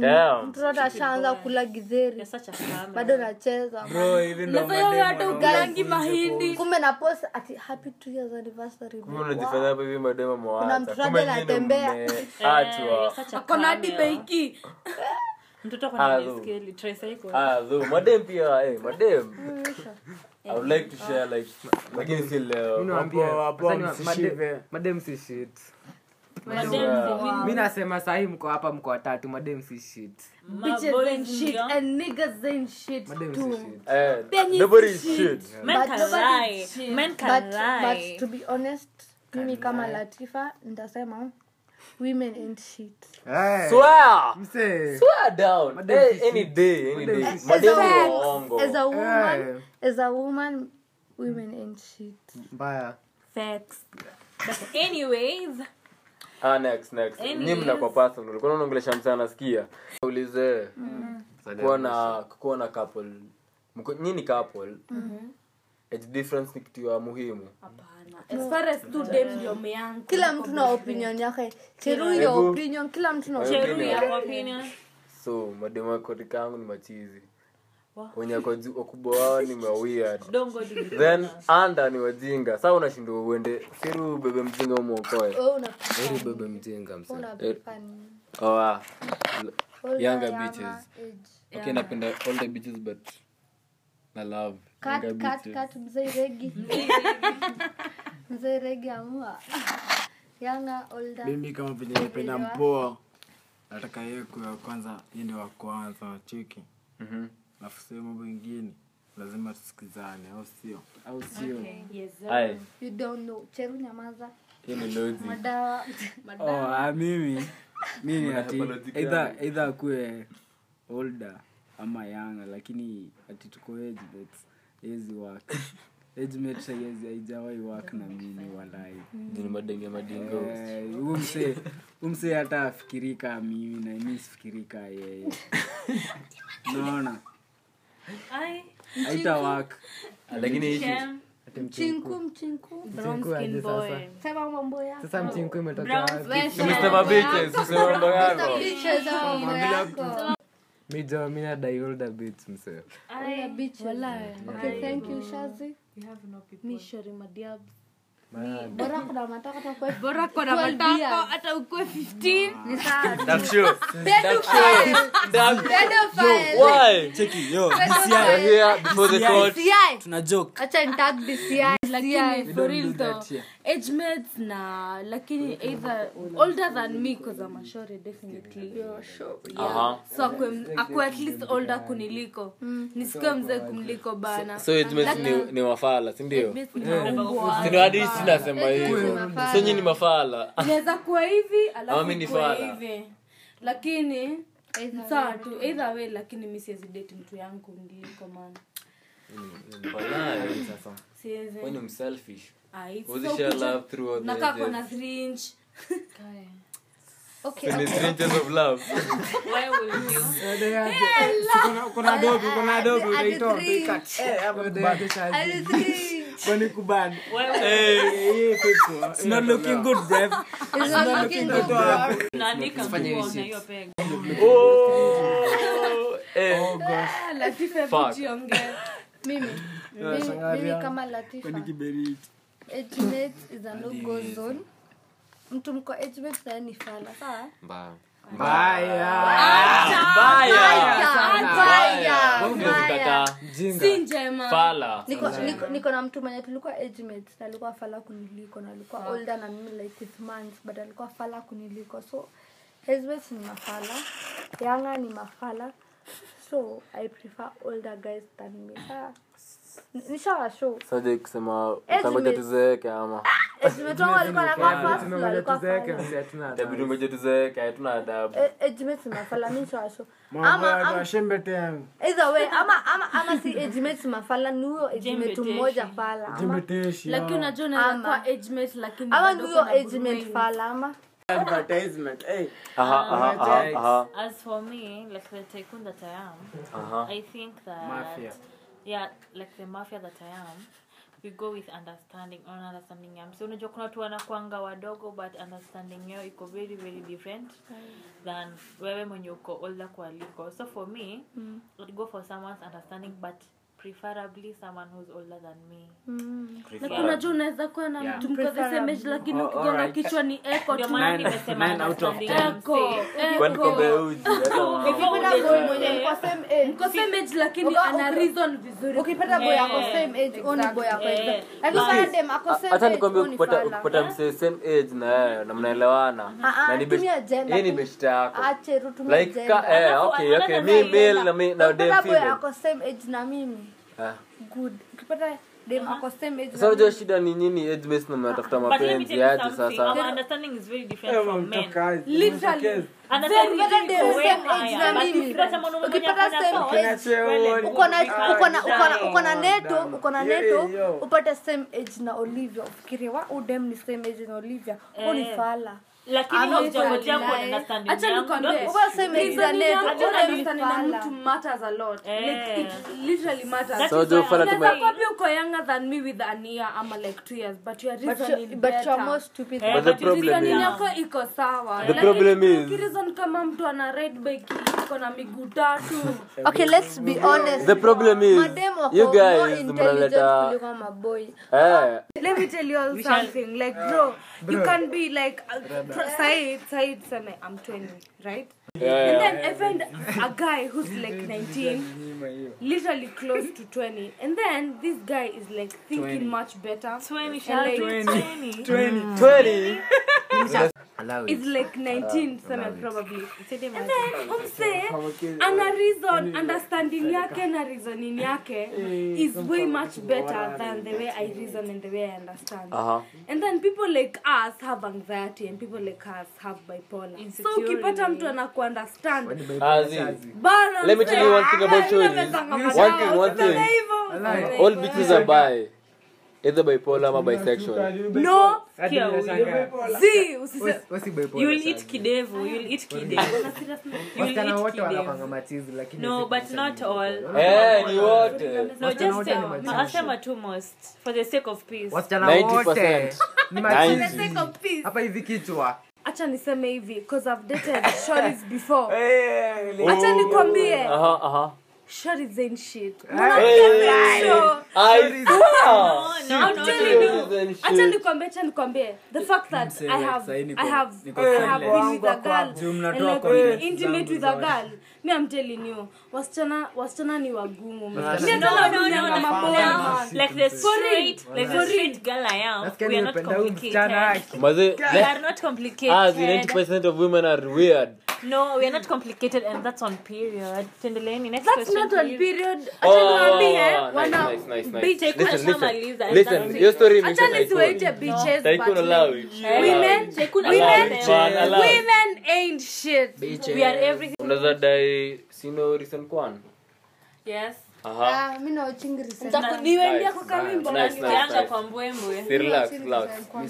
Speaker 3: Damn.
Speaker 8: Mtoto hata ashaanza kula githeri.
Speaker 6: You're such a scammer.
Speaker 8: Bado nacheza.
Speaker 4: Bro, hivi ndo madem.
Speaker 8: Gangi mahindi. Kumbe na post ati happy 2 years anniversary.
Speaker 3: Mbona unajifanya hapo hivi madema mwacha?
Speaker 8: Kuna mtoto anatembea.
Speaker 3: Ah,
Speaker 6: Eh, you're
Speaker 3: Atwa.
Speaker 6: such a scammer. Mtoto ako na
Speaker 3: Ah, no.
Speaker 6: baiskeli, tricycle.
Speaker 3: Ah, though madem pia eh madem. I would like to share like lakini si leo.
Speaker 4: Wapo- wapo msishive.
Speaker 9: madem si shit
Speaker 6: Madem,
Speaker 9: mi nasema sahii mko hapa mko watatu madem si shit
Speaker 6: maboy ndio.
Speaker 7: and niggas ain't shit
Speaker 9: madem si shit
Speaker 3: Eh, nobody is shit.
Speaker 6: Men
Speaker 8: But
Speaker 6: can
Speaker 8: nobody
Speaker 6: lie.
Speaker 7: cheats.
Speaker 6: Men
Speaker 8: But,
Speaker 6: can lie.
Speaker 8: but to be honest, mimi kama Latifa nitasema women ain't shit.
Speaker 9: Eh,
Speaker 3: Swear.
Speaker 9: mse.
Speaker 3: Swear down.
Speaker 9: Madem
Speaker 3: Eh,
Speaker 9: si
Speaker 3: any
Speaker 9: shit.
Speaker 3: day, any day.
Speaker 8: As
Speaker 3: Madem
Speaker 8: a-
Speaker 3: ni waongo.
Speaker 8: As a woman,
Speaker 9: Eh,
Speaker 8: as a woman, women ain't shit.
Speaker 9: mbaya
Speaker 6: sex but anyways
Speaker 3: ah, next next
Speaker 6: Any
Speaker 3: nyi mnakwa
Speaker 6: else?
Speaker 3: personal ulikuwa unaongelesha msa anasikia ulize kuwa na kuwa na couple Mko- nyi ni couple age difference ni kitu ya muhimu
Speaker 7: as far as two dem ndio meangu
Speaker 8: kila mtu na opinion yake cheru ya
Speaker 3: Hebu-
Speaker 8: opinion kila mtu na
Speaker 3: Hebu-
Speaker 6: cheru ya opinion
Speaker 3: so mademakotika yangu ni machizi wenye wako juu- wakubwa wao ni mawiad
Speaker 6: don't go do it.
Speaker 3: then anda ni wajinga saa unashindwa uende siru bebe mjinga umwokoe
Speaker 8: wewe una
Speaker 9: heri bebe mjinga msa
Speaker 8: una bifani
Speaker 3: oa
Speaker 8: Older,
Speaker 3: younger
Speaker 8: younger
Speaker 3: bitches
Speaker 8: age.
Speaker 3: okay napenda all the bitches but na love
Speaker 8: Cut,
Speaker 3: Younger
Speaker 8: cut,
Speaker 3: bitches.
Speaker 8: cut, mzee regi mzee regi amua younger older
Speaker 5: mimi kama venye napenda mpoa nataka yeye kuwa wa kwanza yeye ndio wa kwanza cheki
Speaker 3: Mhm.
Speaker 5: alafu sio mambo ingine lazima tusikizane au sio
Speaker 3: au sio
Speaker 6: yes
Speaker 3: Aye,
Speaker 8: you don't know cheru nyamaza
Speaker 3: hii ni logic.
Speaker 8: madawa
Speaker 2: oh, ah, mimi mimi
Speaker 3: Una
Speaker 2: ati
Speaker 3: apology
Speaker 2: either
Speaker 3: gani?
Speaker 2: either akuwe older ama younger lakini ati tuko age mates haiwezi work age mates haiwezi haijawahi work na mimi walai
Speaker 3: ni madenge madingo
Speaker 2: Eh, huyu msee huyu msee hata afikiri kaa mimi na mi sifikiri kaa yeye naona
Speaker 6: i
Speaker 2: haita work
Speaker 3: lakini hichi
Speaker 6: am
Speaker 8: mchinku mchinku
Speaker 6: brown skin boy
Speaker 8: sema mambo yako
Speaker 9: sasa mchinku imetoka
Speaker 6: brown skin
Speaker 3: Mr. Mabiches, usiwe mdogo yako.
Speaker 8: Picha za mambo yako
Speaker 9: mijo mina daiolda bits msee
Speaker 8: Older bitches. okay thank you shazi
Speaker 7: mishori madiabu
Speaker 8: bora kuna matako takwe
Speaker 7: bora kona matako hata ukue 15
Speaker 8: ni sawa
Speaker 3: Dark show. Dark show. Dark-
Speaker 8: pedophile
Speaker 3: Why?
Speaker 2: cheki yo
Speaker 3: We are here before the court.
Speaker 8: DCI
Speaker 2: tuna joke
Speaker 8: acha nitag DCI
Speaker 7: lakini for real though
Speaker 2: that here.
Speaker 7: age mates na lakini either older than me cause I'm a shorty definitely
Speaker 3: Aha.
Speaker 7: so akwe- akwe at least older kuniliko
Speaker 8: Mm.
Speaker 7: nisikuwe mzee kumliko bana
Speaker 3: So it means ni- ni wafala sindio
Speaker 7: Mates ni waungwa.
Speaker 3: sindio hadi si nasema hivyo
Speaker 8: mafala.
Speaker 3: so nyi ni mafala
Speaker 7: inaweza kuwa hivi alafu
Speaker 3: Ama mi ni
Speaker 7: ikuwe
Speaker 3: fala.
Speaker 7: hivi lakini sawa tu either way lakini mi siwezi date mtu yangu kumliko mana
Speaker 3: Walai, sasa.
Speaker 7: siwezi
Speaker 3: Wewe ni mselfish.
Speaker 7: Ah, it's
Speaker 3: Huwezi
Speaker 7: so
Speaker 3: share
Speaker 7: kucha-
Speaker 3: love throughout the
Speaker 7: nakaa
Speaker 3: ages.
Speaker 7: kona three inch
Speaker 8: okay
Speaker 3: Twenty three inches of love.
Speaker 6: where will you
Speaker 5: kuna dobi kuna dobi
Speaker 8: Hadi
Speaker 5: unaitoa
Speaker 8: three.
Speaker 2: Eh,
Speaker 8: Hadi three.
Speaker 5: kwani kubani
Speaker 6: where
Speaker 8: Eh,
Speaker 6: will
Speaker 2: it's not looking good brev
Speaker 8: It's not looking good, bro.
Speaker 6: unaandika nguo na hiyo peg
Speaker 3: Oh, eh. Fuck.
Speaker 8: Mimi- mimi- mimi kama latifa Age mates is a no-go zone. mtu mko age mates na yeye ni fala sawa?
Speaker 9: mbaya
Speaker 3: Mbaya.
Speaker 8: Mbaya,
Speaker 3: Mbona
Speaker 8: mbaya.
Speaker 3: umekataa?
Speaker 7: si njema
Speaker 3: Fala.
Speaker 8: Niko- niko- niko na mtu mwenye tulikuwa age mates na alikuwa fala kuniliko na alikuwa older na mimi like six months but alikuwa fala kuniliko so age mates ni mafala yanga ni mafala so i prefer older guys than me Sawa? Ni- nishawashow
Speaker 3: Saje kusema
Speaker 8: Age
Speaker 3: utangoja
Speaker 8: mates.
Speaker 3: tuzeeke ama
Speaker 8: age mates wangu walikuwa wanakaa fast na walikuwa
Speaker 9: tuzeeke
Speaker 8: fala
Speaker 9: msee hatuna adabu.
Speaker 3: itabidi ngoja tuzeeke hatuna eh, adabu
Speaker 8: E- age mates ni mafala mimi nishawashow
Speaker 5: mambo
Speaker 8: Ama-
Speaker 5: ya
Speaker 8: ama-
Speaker 5: washembe tena
Speaker 8: either way ama ama ama si age mates mafala ni huyo age mate mmoja fala ama,
Speaker 5: mteshi
Speaker 7: lakini unajua
Speaker 8: Ah. Ama.
Speaker 7: unaweza kuwa age mate lakini
Speaker 8: ama ni
Speaker 7: bado
Speaker 8: huyo
Speaker 7: kuna
Speaker 8: age
Speaker 7: gurumeni.
Speaker 8: mate fala ama
Speaker 5: advertisement eh
Speaker 3: aha aha aha aha
Speaker 6: as for me like the tycoon that i am
Speaker 3: aha
Speaker 6: i think that
Speaker 5: Mafia.
Speaker 6: yeah like the mafia that i am we go with understanding on understanding yam so unajua kuna watu wanakwanga wadogo but understanding yao iko very very different than wewe mwenye uko older kualiko so for me mm. I'd go for someone's understanding but preferably someone who's older than me
Speaker 7: lakini unajua unaweza kuwa na mtu mko the same age lakini
Speaker 2: Oh,
Speaker 7: ukigonga
Speaker 2: alright.
Speaker 7: kichwa ni echo
Speaker 6: ndio
Speaker 7: tu
Speaker 6: maana
Speaker 2: Nine-
Speaker 6: nimesema
Speaker 2: nine out of
Speaker 6: understanding
Speaker 2: ten.
Speaker 6: yam
Speaker 7: echo
Speaker 6: say.
Speaker 3: kwani kobeuji
Speaker 6: Before we
Speaker 8: Ukipenda
Speaker 6: date
Speaker 8: boy
Speaker 6: mtu
Speaker 8: mwenye
Speaker 6: mwenye-
Speaker 8: mko same age,
Speaker 7: mko same age lakini
Speaker 8: Uga-
Speaker 7: ana
Speaker 8: uga-
Speaker 7: reason vizuri
Speaker 8: ukipenda boy ako same age huo ni boy ako exact. Lakini sana dem ako same
Speaker 3: hata
Speaker 8: age,
Speaker 3: nikwambia
Speaker 8: huo ni
Speaker 3: kupata
Speaker 8: fala.
Speaker 3: kupata msee same age na yeye na mnaelewana
Speaker 8: Ah, ah,
Speaker 3: na ni best-
Speaker 8: tumia gender.
Speaker 3: yeye ni best yako
Speaker 8: Ache tu tumia
Speaker 3: like
Speaker 8: gender.
Speaker 3: ka, eh okay
Speaker 6: Alafu
Speaker 3: okay
Speaker 6: another
Speaker 3: mi
Speaker 6: guy
Speaker 3: male na mi na dem
Speaker 8: Ukipenda boy
Speaker 3: female
Speaker 8: ako same age na mimi
Speaker 3: Ah.
Speaker 8: good ukipata dem ako same age na
Speaker 3: sasa unajua
Speaker 8: mimi.
Speaker 3: shida ni nyinyi age base na mnatafuta
Speaker 6: But let me tell
Speaker 3: mapenzi
Speaker 6: you
Speaker 3: aje
Speaker 6: something.
Speaker 3: sasa
Speaker 6: Our understanding is very different from men.
Speaker 4: mtakaji
Speaker 8: Literally.
Speaker 6: Understanding
Speaker 8: Very
Speaker 6: iko
Speaker 8: different
Speaker 6: way
Speaker 8: age na
Speaker 6: higher. But
Speaker 8: mimi.
Speaker 6: ukipata mwanaume mwenye
Speaker 8: Ukipata
Speaker 6: anafanya
Speaker 8: same
Speaker 6: sawa,
Speaker 8: age,
Speaker 6: it's
Speaker 4: uko
Speaker 6: relevant.
Speaker 8: uko na uko na- uko na-
Speaker 6: Sawa.
Speaker 8: uko na neto uko na
Speaker 4: Ah, Yeah,
Speaker 8: neto
Speaker 4: yo.
Speaker 8: upate same age na olivia ufikirie wa udem ni same age na olivia huu ni
Speaker 6: Eh.
Speaker 8: fala
Speaker 6: Lakini
Speaker 7: I'm not
Speaker 6: hujapotea
Speaker 7: gonna
Speaker 6: kwa
Speaker 7: lie.
Speaker 6: understanding
Speaker 7: Acha
Speaker 6: yangu.
Speaker 7: nikwambie.
Speaker 6: Don't-
Speaker 8: Uwe same age na
Speaker 7: Reasoning
Speaker 8: neto
Speaker 7: yangu
Speaker 8: huu
Speaker 7: na
Speaker 8: ni
Speaker 7: reasoning na mtu
Speaker 8: fala
Speaker 7: matters a lot. Like,
Speaker 6: Eh.
Speaker 7: it literally matters.
Speaker 6: That
Speaker 3: So
Speaker 6: is
Speaker 3: do
Speaker 6: why
Speaker 3: follow
Speaker 6: I'm
Speaker 3: the
Speaker 7: Unaweza
Speaker 3: money.
Speaker 6: saying-
Speaker 7: kuwa pia uko younger than me with an year ama like two years but you are
Speaker 8: but
Speaker 7: reasoning
Speaker 8: you- but you are
Speaker 7: better.
Speaker 8: more stupid
Speaker 6: Eh,
Speaker 3: But the
Speaker 6: but
Speaker 3: problem
Speaker 6: reason
Speaker 3: is-
Speaker 7: Reasoning
Speaker 6: yako
Speaker 7: yako iko sawa
Speaker 3: The
Speaker 7: Lakini
Speaker 3: problem is-
Speaker 7: ukireason kama mtu ana red bike iko na miguu tatu
Speaker 8: okay let's be honest
Speaker 3: the problem is
Speaker 8: Madem wako
Speaker 3: you
Speaker 8: more
Speaker 3: guys
Speaker 8: intelligent
Speaker 3: mnaleta
Speaker 8: kuliko maboy
Speaker 3: eh
Speaker 7: let me tell you all something like bro you can be like uh, pro- sahi sahi tuseme i'm 20 right
Speaker 3: Yeah.
Speaker 7: and then i find a guy who's like 19 literally close to 20 and then this guy is like thinking much better
Speaker 6: Twenty, Charlotte,
Speaker 7: Twenty.
Speaker 6: twenty.
Speaker 9: Allow it.
Speaker 7: is like 19 tuseme probably and then umse ana reason understanding yake na reasoning yake is way much better than the way i reason and the way i understand
Speaker 3: aha
Speaker 7: and then people like us have anxiety and people like us have bipolar so
Speaker 6: Insecurity.
Speaker 7: ukipata mtu anakuunderstand
Speaker 3: as in
Speaker 7: bana
Speaker 3: Let me tell you one thing about
Speaker 7: mzee,
Speaker 3: Shuri.
Speaker 7: nimezanga
Speaker 3: One
Speaker 7: madawa,
Speaker 3: thing- one
Speaker 7: useme
Speaker 3: thing.
Speaker 7: hivyo, useme
Speaker 3: all
Speaker 7: hivyo.
Speaker 3: bitches are bi either bipolar ama bisexual
Speaker 7: no
Speaker 6: Sikia huyu.
Speaker 7: zi usise
Speaker 6: You will eat kidevu. You will eat kidevu. You will
Speaker 9: wasichana
Speaker 6: eat
Speaker 9: wote wanakwanga
Speaker 6: kidevu.
Speaker 9: matizi lakini
Speaker 6: No, but not all.
Speaker 3: eh ni wote
Speaker 6: No, just say- asema tu most for the sake of peace.
Speaker 9: wasichana
Speaker 3: 90%.
Speaker 9: wote ni matizi
Speaker 3: Ninety.
Speaker 9: hapa hivi kichwa
Speaker 7: acha niseme hivi cause i've dated shorties before
Speaker 3: Oh,
Speaker 7: acha nikwambie
Speaker 3: aha aha
Speaker 7: shorties ain't shit
Speaker 3: Hey.
Speaker 7: Sure.
Speaker 3: I saw.
Speaker 6: No, no, no,
Speaker 7: telling
Speaker 6: no.
Speaker 7: you. acha nikwambie acha nikwambie the fact that i have i have i have been with a girl and like been intimate with a girl me i'm telling you wasichana wasichana ni wagumu
Speaker 6: No, no, no, no, no. Like the straight, like the straight girl I am,
Speaker 9: nasikia
Speaker 6: we are not
Speaker 9: nimependa huyu
Speaker 6: complicated.
Speaker 9: msichana
Speaker 3: Maze, Ah,
Speaker 6: We are not
Speaker 3: as in
Speaker 6: complicated.
Speaker 3: 90% of women are weird.
Speaker 6: No, we are not complicated, and that's on period. Tendeleeni, next
Speaker 7: that's
Speaker 6: question.
Speaker 7: not on
Speaker 6: please.
Speaker 7: period acha niwaambie
Speaker 3: Oh, nice,
Speaker 7: wana
Speaker 3: nice, nice, nice.
Speaker 7: bitch
Speaker 3: Listen, listen,
Speaker 6: Washamaliza, and
Speaker 3: listen.
Speaker 6: that's
Speaker 3: Your story makes
Speaker 7: acha
Speaker 3: an icon.
Speaker 7: nisiwaite bitches
Speaker 3: Tycoon
Speaker 7: but
Speaker 3: allow it.
Speaker 7: women
Speaker 6: They could
Speaker 3: Allow
Speaker 6: allow
Speaker 3: it,
Speaker 6: them.
Speaker 3: man, allow it.
Speaker 7: women ain't shit
Speaker 6: We are everything.
Speaker 3: Unaweza dai sino recent one.
Speaker 6: Yes.
Speaker 3: Aha.
Speaker 8: Ah, mi naochingiri sana.
Speaker 7: niwendea
Speaker 3: Nice,
Speaker 7: kwa kawimbo
Speaker 3: nice, nice,
Speaker 6: Nikianza
Speaker 3: nice.
Speaker 6: kwa mbwembwe.
Speaker 3: Relax, relax.
Speaker 8: Mimi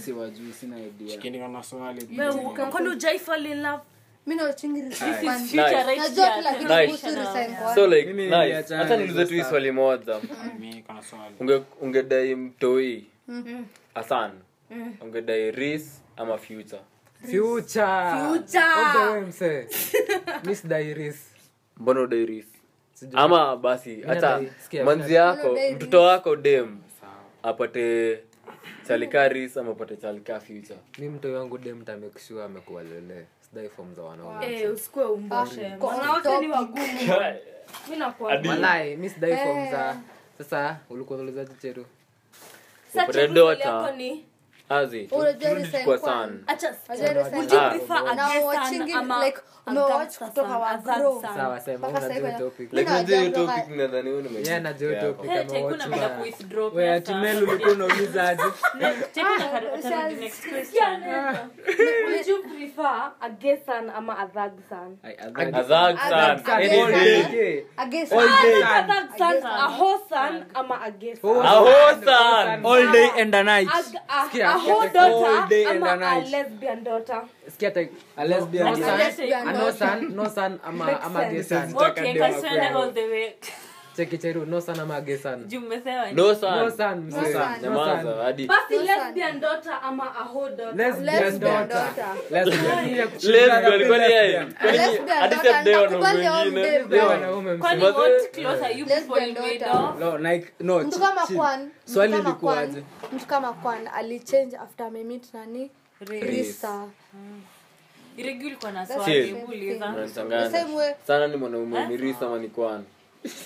Speaker 7: kwani ujai fall in love
Speaker 8: naochingiri sana.
Speaker 6: Future
Speaker 3: Nice.
Speaker 6: right
Speaker 8: Najua
Speaker 6: here.
Speaker 8: kila kitu
Speaker 3: Nice.
Speaker 8: kuhusu resign kwa-
Speaker 3: So like,
Speaker 4: Mimi
Speaker 3: nice.
Speaker 4: niliachana
Speaker 3: Hata niulize tu hii swali moja. Unge- Ungedai mtoi.
Speaker 7: Mhm.
Speaker 3: Asan. Ungedai Reese ama Future.
Speaker 9: misdairis
Speaker 3: Mbona udai Reese? Ama basi hata
Speaker 9: nadai- sikia,
Speaker 3: manzi yako,
Speaker 8: nadai
Speaker 3: mtoto wako dem apate chalika Reese ama apate chalika Future.
Speaker 9: mi mtoi wangu dem tamekshua amekuwa lele sidai fom za wanaume
Speaker 7: eh usikue umboshe wanawake ni wagumu mimi nakuambia
Speaker 9: walai mi sidai fom za sasa ulikuwa ulizaje cheru
Speaker 7: Sasa
Speaker 3: Upate
Speaker 7: chaguzi
Speaker 3: daughter.
Speaker 7: lako ni
Speaker 3: Azi.
Speaker 8: Unajua resign
Speaker 3: Kwa
Speaker 8: kwa-
Speaker 3: san.
Speaker 7: acha
Speaker 8: Unajua resign
Speaker 7: would you
Speaker 8: kwa-
Speaker 7: prefer a
Speaker 8: na
Speaker 7: gay
Speaker 8: watching
Speaker 7: son
Speaker 8: it,
Speaker 7: ama
Speaker 8: like,
Speaker 7: a
Speaker 8: umewatch
Speaker 7: gangster
Speaker 8: kutoka
Speaker 7: son,
Speaker 8: wa
Speaker 7: a thug
Speaker 8: grow.
Speaker 7: son?
Speaker 9: sawa sema Eh,
Speaker 8: Mpaka sasa
Speaker 9: unajua
Speaker 8: hivi-
Speaker 9: topic
Speaker 3: Like
Speaker 8: Mimi
Speaker 3: unajua hiyo
Speaker 8: najua
Speaker 3: topic nadhani wewe umejibu
Speaker 9: Yeah, najua hiyo
Speaker 3: yako.
Speaker 9: topic.
Speaker 6: Hey,
Speaker 9: Kama
Speaker 6: Tycoon
Speaker 9: watu
Speaker 6: anataka
Speaker 9: wa-
Speaker 6: kuwithdraw
Speaker 4: Wewe
Speaker 6: pesa.
Speaker 4: ati Mel ulikuwa unaulizaje?
Speaker 7: Ah,
Speaker 6: Tycoon aka- atarudi next question.
Speaker 7: would you prefer a gay son ama a thug son
Speaker 3: Azag san.
Speaker 8: Azag
Speaker 3: Any
Speaker 8: san.
Speaker 3: day.
Speaker 4: Okay.
Speaker 8: Against-
Speaker 7: a thug son a whole son ama a gay son
Speaker 3: Aho san.
Speaker 4: Ah, All day and a night.
Speaker 7: a, a,
Speaker 9: Sikia,
Speaker 7: a whole
Speaker 9: all
Speaker 4: day
Speaker 7: daughter
Speaker 4: and
Speaker 7: ama
Speaker 4: a
Speaker 7: a
Speaker 4: night.
Speaker 7: lesbian daughter
Speaker 9: Sikia type- a lesbian
Speaker 6: No,
Speaker 9: son,
Speaker 6: no,
Speaker 9: a
Speaker 8: lesbian
Speaker 9: no son, no son ama ama gay son.
Speaker 6: Okay, question all the way.
Speaker 9: Cheki Cheru, no son ama gay son.
Speaker 6: Juu mmesema ni-
Speaker 3: No
Speaker 9: No
Speaker 3: san.
Speaker 9: son, mzee.
Speaker 8: son.
Speaker 9: No
Speaker 3: Nyamaza
Speaker 9: son.
Speaker 3: hadi.
Speaker 7: basi
Speaker 8: No son.
Speaker 7: lesbian daughter ama a whole daughter
Speaker 9: Lesbian daughter. Lesbian.
Speaker 3: Lesbian kwani yeye? Kwani
Speaker 8: Lesbian
Speaker 3: hadi
Speaker 8: daughter,
Speaker 3: sasa mdai
Speaker 8: nakubali
Speaker 3: wanaume
Speaker 8: hao
Speaker 3: wengine.
Speaker 8: mdai
Speaker 9: Leo
Speaker 8: bro.
Speaker 9: wanaume mzee.
Speaker 6: Kwani what clothes are you people
Speaker 8: Lesbian
Speaker 6: made
Speaker 8: daughter.
Speaker 6: of?
Speaker 4: No, like, no,
Speaker 8: Mtu
Speaker 4: chi-
Speaker 8: kama
Speaker 4: chi-
Speaker 8: Kwan- mtu
Speaker 4: swali
Speaker 8: kama Kwan-
Speaker 4: ilikuwaje?
Speaker 8: mtu kama kwan alichange after amemit nani risa
Speaker 6: Iregi ulikuwa na
Speaker 8: That's
Speaker 6: swali,
Speaker 3: the
Speaker 6: hebu
Speaker 8: same
Speaker 6: uliza.
Speaker 3: Unanichanganya.
Speaker 8: The same way.
Speaker 3: Sana ni mwanaume ni Reese ama ni Kwan?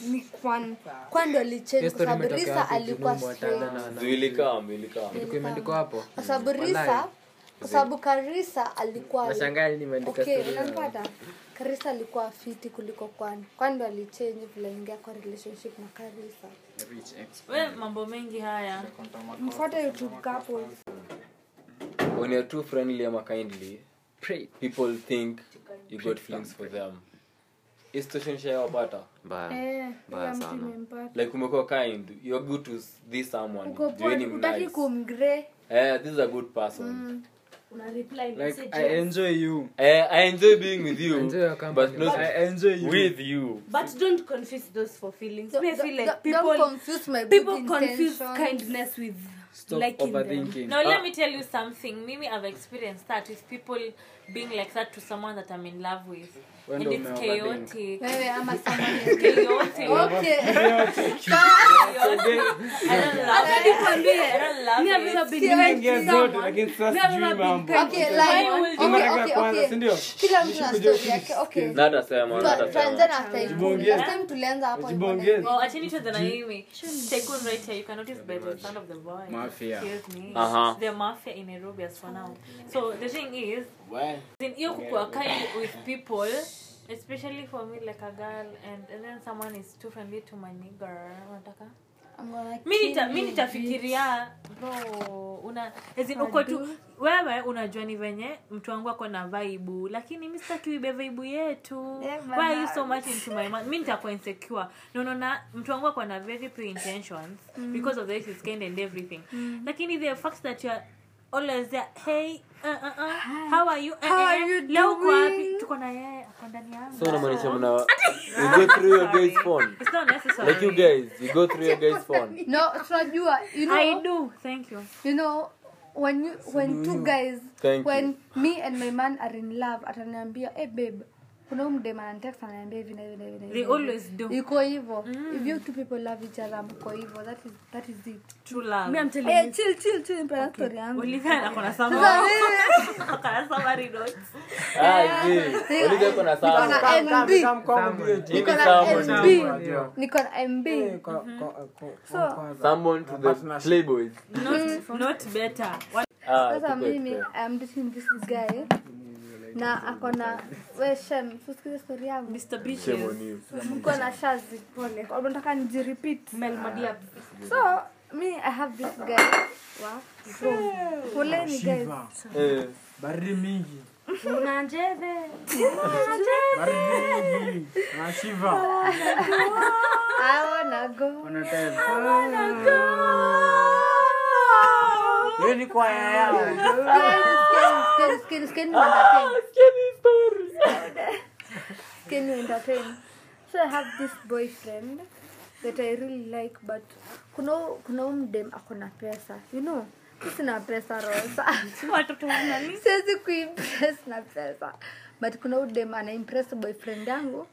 Speaker 8: ni kwan kwan ndo alichange
Speaker 9: Hiyo
Speaker 8: kwa
Speaker 9: story
Speaker 8: sababu
Speaker 9: imetoka
Speaker 8: risa
Speaker 9: wapi?
Speaker 8: alikuwa
Speaker 9: Kinungu wa Tanda
Speaker 8: straight
Speaker 9: na- na-
Speaker 3: Zuilika, milika.
Speaker 9: ilikuwa imeandikwa hapo.
Speaker 8: kwa sababu risa
Speaker 9: Walai.
Speaker 8: kwa sababu karisa alikuwa
Speaker 9: Nashangaa nimeandika
Speaker 8: okay,
Speaker 9: story yangu.
Speaker 8: unanipata karisa alikuwa fiti kuliko kwani kwani ndo alichenji vile ingia kwa relationship na karisa
Speaker 6: we mambo mengi haya
Speaker 8: mfuate youtube couples
Speaker 3: when you're too friendly ama kindly people think you got feelings for them Hii situation shawapata
Speaker 9: mbaya
Speaker 8: eh
Speaker 9: Mbaya
Speaker 8: kila mtu
Speaker 9: sana.
Speaker 8: imempata
Speaker 3: like umekuwa kind you're good to this someone
Speaker 8: uko
Speaker 3: Jueni
Speaker 8: poa utaki
Speaker 3: mnice.
Speaker 8: kumgre
Speaker 3: Eh, this is a good person
Speaker 1: Like, I enjoy you.
Speaker 3: Eh, i enjoy being with you
Speaker 9: Enjoy your company.
Speaker 3: but not
Speaker 1: I enjoy you.
Speaker 3: with you
Speaker 11: But don't confuse those for feelings. Me, I feel like
Speaker 8: don't
Speaker 11: people
Speaker 8: confuse my
Speaker 11: people
Speaker 8: good
Speaker 11: confuse
Speaker 8: intentions.
Speaker 11: kindness with
Speaker 1: Stop
Speaker 11: liking them.
Speaker 1: overthinking.
Speaker 6: no let me tell you something mimi i've experienced that with people being like that to someone that i'm in love with
Speaker 1: When
Speaker 6: and
Speaker 1: do
Speaker 6: it's
Speaker 1: umeoverthink?
Speaker 6: chaotic
Speaker 8: wewe ama someone else.
Speaker 6: chaotic
Speaker 8: okay
Speaker 6: i don't love
Speaker 11: Me, I've
Speaker 6: it
Speaker 11: never been kind to someone.
Speaker 4: lakini sasa
Speaker 11: Me, I've
Speaker 4: sijui
Speaker 11: never been
Speaker 4: mambo
Speaker 11: kind
Speaker 8: okay
Speaker 11: to
Speaker 8: like
Speaker 11: someone.
Speaker 4: Ama
Speaker 8: okay
Speaker 4: nataka
Speaker 8: okay
Speaker 4: kwanza,
Speaker 8: okay
Speaker 4: sindio?
Speaker 8: kila mtu na story yake okay
Speaker 3: na atasema na
Speaker 8: tuanze
Speaker 3: atasema
Speaker 8: na side
Speaker 4: Jibongeze.
Speaker 8: last time tulianza hapo
Speaker 4: Jibongeze.
Speaker 6: Well, actually, it was an Ayumi. Second right here, you cannot even bear the sound of the boy.
Speaker 5: Mafia.
Speaker 6: Excuse me.
Speaker 3: Uh-huh.
Speaker 6: They're mafia in Nairobi as for now. So the thing is, in you are kind with people, especially for me, like a girl, and, and then someone is too friendly to my nigger. Unataka? Mi nita- mi nitafikiria bro una ezi uko tu wewe unajua ni venye mtu wangu ako na vaibu lakini mi sitatuibe vaibu yetu
Speaker 8: Eh,
Speaker 6: Why are you so much into my mind? mi nitakuwa insecure na unaona mtu wangu ako na very pre intentions
Speaker 8: Mm.
Speaker 6: because of the way he's kind and everything lakini the fact that you're always there hey uh, uh, uh, how are you, uh,
Speaker 8: How
Speaker 6: uh,
Speaker 8: are
Speaker 6: uh,
Speaker 8: you
Speaker 6: leo uko wapi
Speaker 8: doing?
Speaker 6: tuko na yeye ako ndani yangu
Speaker 3: so unamaanisha mna you go through your guys phone
Speaker 6: It's not necessary.
Speaker 3: like you guys you go through your guys phone
Speaker 8: no tunajua you
Speaker 6: I
Speaker 8: know
Speaker 6: do. Thank you.
Speaker 8: you know when you, when two guys
Speaker 3: Thank
Speaker 8: when me and my man are in love ataniambia hey babe kuna mdem anantext ananiambia hivi na hivi na hivi na
Speaker 6: They
Speaker 8: hivi."
Speaker 6: always do.
Speaker 8: iko hivyo if you two people love each other mko hivyo that is that is it
Speaker 6: True love.
Speaker 11: Me, I'm telling
Speaker 8: eh
Speaker 11: you.
Speaker 8: chill chill chill nipe na story yangu
Speaker 6: Olivia ako na
Speaker 8: Sasa eh,
Speaker 6: sama.
Speaker 8: mimi-
Speaker 6: Ako na summary notes.
Speaker 3: ah zi ulize kuna
Speaker 8: niko
Speaker 3: sawa
Speaker 8: na MB
Speaker 3: Hii ni
Speaker 8: niko
Speaker 3: someone.
Speaker 8: na MB niko na MB
Speaker 3: Eh.
Speaker 8: so
Speaker 3: someone to the playboys
Speaker 6: Not, not better. What
Speaker 3: ah
Speaker 8: sasa
Speaker 3: tuko
Speaker 8: mimi
Speaker 3: expert.
Speaker 8: I'm dating this guy na ako na weshem usikize story yangu
Speaker 6: Mr.
Speaker 3: Shame
Speaker 6: Bitches.
Speaker 3: on you.
Speaker 8: mko na shazi pole nataka nijirepeat so me i have this guy wa from poleni guys
Speaker 3: Eh,
Speaker 5: baridi mingi
Speaker 11: Una njeve.
Speaker 5: baridi mingi nashiva
Speaker 8: I wanna go
Speaker 5: Ah. hiyo ni kwa yaya
Speaker 8: Can- can- can you entertain? Can you entertain? So I have this boyfriend that I really like but kuna kuna umdem akona pesa you know mi sina pesa rosa
Speaker 6: Watoto wa nani?
Speaker 8: siwezi kuimpress na pesa but kuna udem anaimpress boyfriend yangu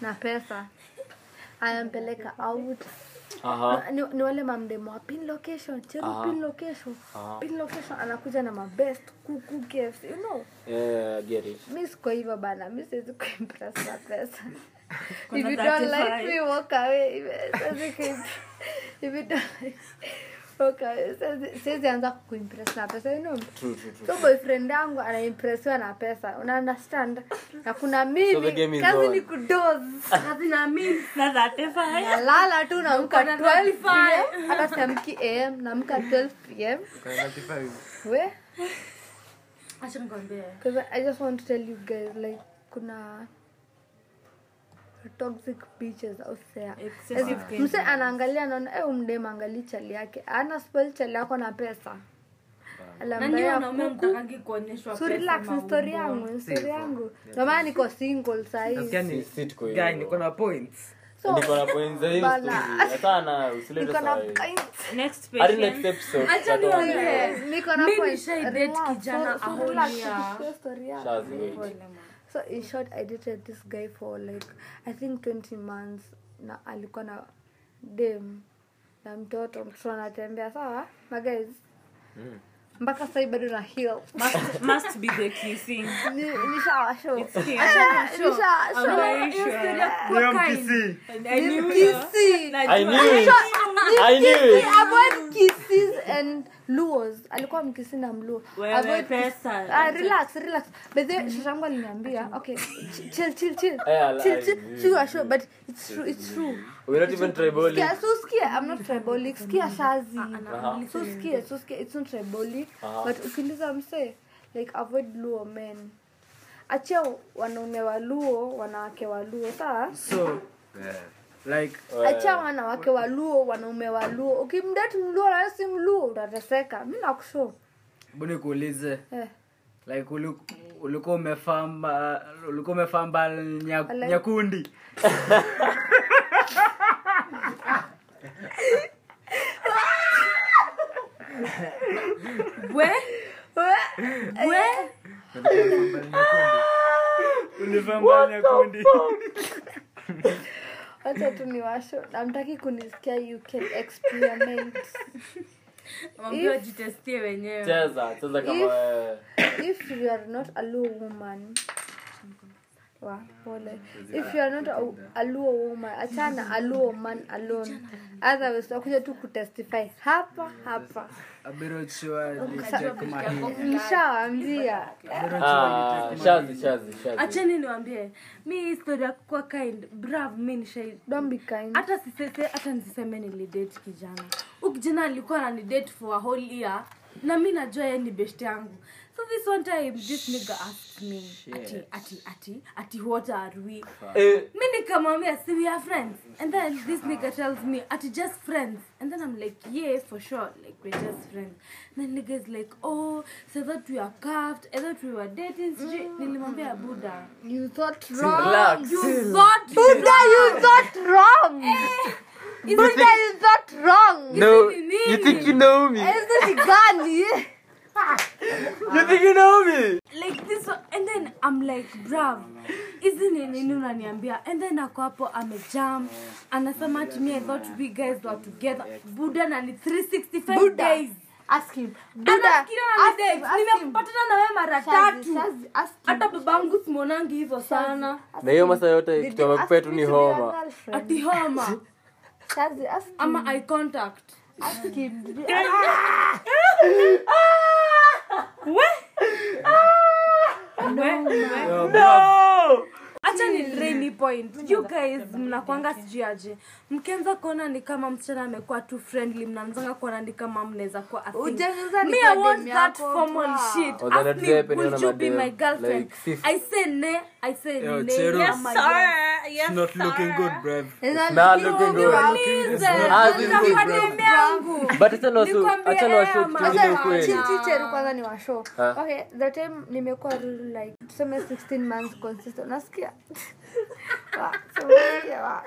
Speaker 8: na pesa anampeleka out
Speaker 3: aha
Speaker 8: ni, ni wale mamdemo wa pin location chero pin location pin location anakuja na mabest kuku kfc you know
Speaker 3: eh I get it
Speaker 8: mi siko hivyo bana mi siwezi kuimpress na pesa if you don't like me walk away If- siwezi kuim- if you don't like walk away Siwezi- siwezi anza kuimpress na pesa you know so boyfriend yangu anaimpressiwa na pesa una understand na kuna
Speaker 3: the game
Speaker 8: mimi
Speaker 3: is
Speaker 8: kazi
Speaker 3: on.
Speaker 8: ni kudoze
Speaker 6: Na thate faya.
Speaker 8: nalala tu namka 12 pm hata siamki am namka 12 pm we
Speaker 11: Acha nikwambie.
Speaker 8: 'cause I- i just want to tell you guys like kuna toxic bitches out there
Speaker 6: Excessive
Speaker 8: As- mse anaangalia naona eh mdem angalii chali yake ana spoil chali yako na pesa
Speaker 11: Na nyinyi wanaume mtakangi kuonyeshwa
Speaker 8: So
Speaker 11: pesa
Speaker 8: relax ni story
Speaker 11: maumbo.
Speaker 8: yangu ni story yangu ndomana niko single sahii
Speaker 3: Si-
Speaker 9: Yaani,
Speaker 3: si tuko hivyo.
Speaker 9: guy niko na points
Speaker 8: so
Speaker 3: Niko na points za hii
Speaker 8: Oh. Bana.
Speaker 3: story. Hapana, usilete
Speaker 8: niko na
Speaker 3: sawa hii.
Speaker 6: Next
Speaker 3: Hadi next
Speaker 6: patient.
Speaker 3: episode,
Speaker 11: Acha
Speaker 3: tutaona.
Speaker 11: niongee.
Speaker 8: niko na
Speaker 11: Mimi
Speaker 8: points.
Speaker 11: shai date
Speaker 8: Relax, so-
Speaker 11: kijana
Speaker 8: so relax,
Speaker 11: aholia.
Speaker 8: tusikie story yangu.
Speaker 3: Shazi, wait.
Speaker 8: so in short i dated this guy for like i think 20 months na alikuwa na dem na mtoto mtoto anatembea sawa magaz
Speaker 3: Hmm.
Speaker 8: mpaka sai bado na hill
Speaker 6: Must be the kissing.
Speaker 8: Ah, Eh,
Speaker 11: Hiyo story ya kuwa kind.
Speaker 5: mkisi
Speaker 6: I knew it.
Speaker 3: I knew it. I knew it.
Speaker 8: avoid kissing kiswahis and luos alikuwa mkisi na mluo
Speaker 6: Wewe
Speaker 8: Avoid kis-
Speaker 6: pesa.
Speaker 8: Ah, relax relax bedhe shashangu aliniambia okay ch- chill chill chill
Speaker 3: Eh, ala-
Speaker 8: chill chill si you are sure but it's true it's true
Speaker 3: We're not Mm. even tribal.
Speaker 8: Sikia, so sikia i'm not tribolic sikia shazi
Speaker 3: Aha.
Speaker 8: so sikia so sikia it's not tribolic
Speaker 3: Aha.
Speaker 8: but ukiliza mse like avoid luo men achia wanaume waluo wanawake waluo saa
Speaker 2: so like
Speaker 8: acha wanawake waluo wanaume waluo ukimdati mluo na si mluo utateseka mi nakusho
Speaker 2: buni kuulize
Speaker 8: eh.
Speaker 2: like uliku- ulikuwa umefamba ulikuwa umefamba nya-
Speaker 8: Ala-
Speaker 2: nyakundi
Speaker 6: we
Speaker 8: Eh.
Speaker 6: we
Speaker 2: ulifamba nyakundi
Speaker 8: wacha tu ni washo namtaki kunisikia you can experiment
Speaker 6: mwambie wajitestie wenyewe
Speaker 3: cheza cheza kama
Speaker 8: If-
Speaker 3: wewe.
Speaker 8: if you are not a luo woman wa pole if you are not a, a luo woman achana a luo man alone otherwise wakuja tu kutestify hapa hapa mshawaambia
Speaker 3: Ah, shazi shazi shazi
Speaker 7: acheni niwambie mi historia ya kukuwa kind brav mi nishai
Speaker 8: don't be kind
Speaker 7: hata sisese hata nisiseme nilidate kijana u kijana alikuwa ananidate for a whole year na mi najua ye ni best yangu so this one time this nigga asked me ati ati ati ati what are we
Speaker 3: Eh,
Speaker 7: mi nikamwambia si we are friends and then this nigga tells me ati just friends and then i'm like yeah for sure like we're just friends then nigga is like oh so that we are cuffed and that we were dating sijui nilimwambia buda
Speaker 8: you thought wrong
Speaker 3: relax.
Speaker 7: you thought you
Speaker 8: Buddha, you thought wrong. Buddha, you thought wrong.
Speaker 3: No,
Speaker 7: ni
Speaker 3: you
Speaker 7: nini?
Speaker 3: think you know me?
Speaker 8: Hizi ni gani?
Speaker 3: You think you know me?
Speaker 7: like this one. and then i'm like brav hizi ni nini unaniambia and then ako hapo amejam anasema to me i thought we guys were together buda na ni 365 days
Speaker 8: Ask him. Buddha,
Speaker 7: anafikiria nanidate.
Speaker 8: ask him, ask him.
Speaker 7: nimekupatana na wewe mara
Speaker 8: Shazi,
Speaker 7: tatu
Speaker 8: Shazi, ask him.
Speaker 7: hata babangu simonangi hivyo sana
Speaker 8: Ask
Speaker 3: na hiyo
Speaker 8: him.
Speaker 3: masa yote
Speaker 8: Did
Speaker 3: kitu
Speaker 8: you
Speaker 3: amekupea
Speaker 8: ask
Speaker 3: tu
Speaker 8: me
Speaker 3: ni
Speaker 8: to be your
Speaker 3: homa
Speaker 8: girlfriend?
Speaker 7: ati homa
Speaker 8: Shazi, ask him.
Speaker 7: ama eye contact
Speaker 8: Ask him. Did you- Ah! Ah!
Speaker 7: acha ni drain point you guys mnakwanga sijui aje mkianza kuona ni kama msichana amekuwa too friendly mnaanzanga kuona ni kama mnaweza kuwa a thing.
Speaker 8: Hujaanza
Speaker 7: Me,
Speaker 8: ni
Speaker 7: I
Speaker 8: kwa
Speaker 7: want
Speaker 8: demu
Speaker 7: that
Speaker 8: yako,
Speaker 7: formal
Speaker 8: poa.
Speaker 7: shit.
Speaker 3: Or
Speaker 7: Ask
Speaker 3: Oh, that
Speaker 7: me,
Speaker 3: drape
Speaker 7: will
Speaker 3: on
Speaker 7: you
Speaker 3: a
Speaker 7: be my
Speaker 3: dame,
Speaker 7: girlfriend?
Speaker 3: like fifth.
Speaker 7: I say ne, I say
Speaker 2: Yo,
Speaker 7: ne.
Speaker 2: Cheru.
Speaker 7: Yes, sir.
Speaker 6: yes
Speaker 2: not looking good brev
Speaker 8: It's
Speaker 3: Nah,
Speaker 8: not
Speaker 3: looking
Speaker 8: looking
Speaker 3: good.
Speaker 8: good.
Speaker 7: Please, eh,
Speaker 3: As in
Speaker 7: na
Speaker 3: good,
Speaker 7: kwa
Speaker 3: bro.
Speaker 7: demu yangu.
Speaker 3: but acha niwasu-
Speaker 7: Nikwambie,
Speaker 3: acha niwashoot tu
Speaker 7: eh, ama-
Speaker 3: ile
Speaker 8: Acha,
Speaker 3: ukweli.
Speaker 8: chill, chill, chill, kwanza ni washo
Speaker 3: Ah.
Speaker 8: okay the time nimekuwa like tuseme 16 months consistent unasikia Wa, so unasikia, wa.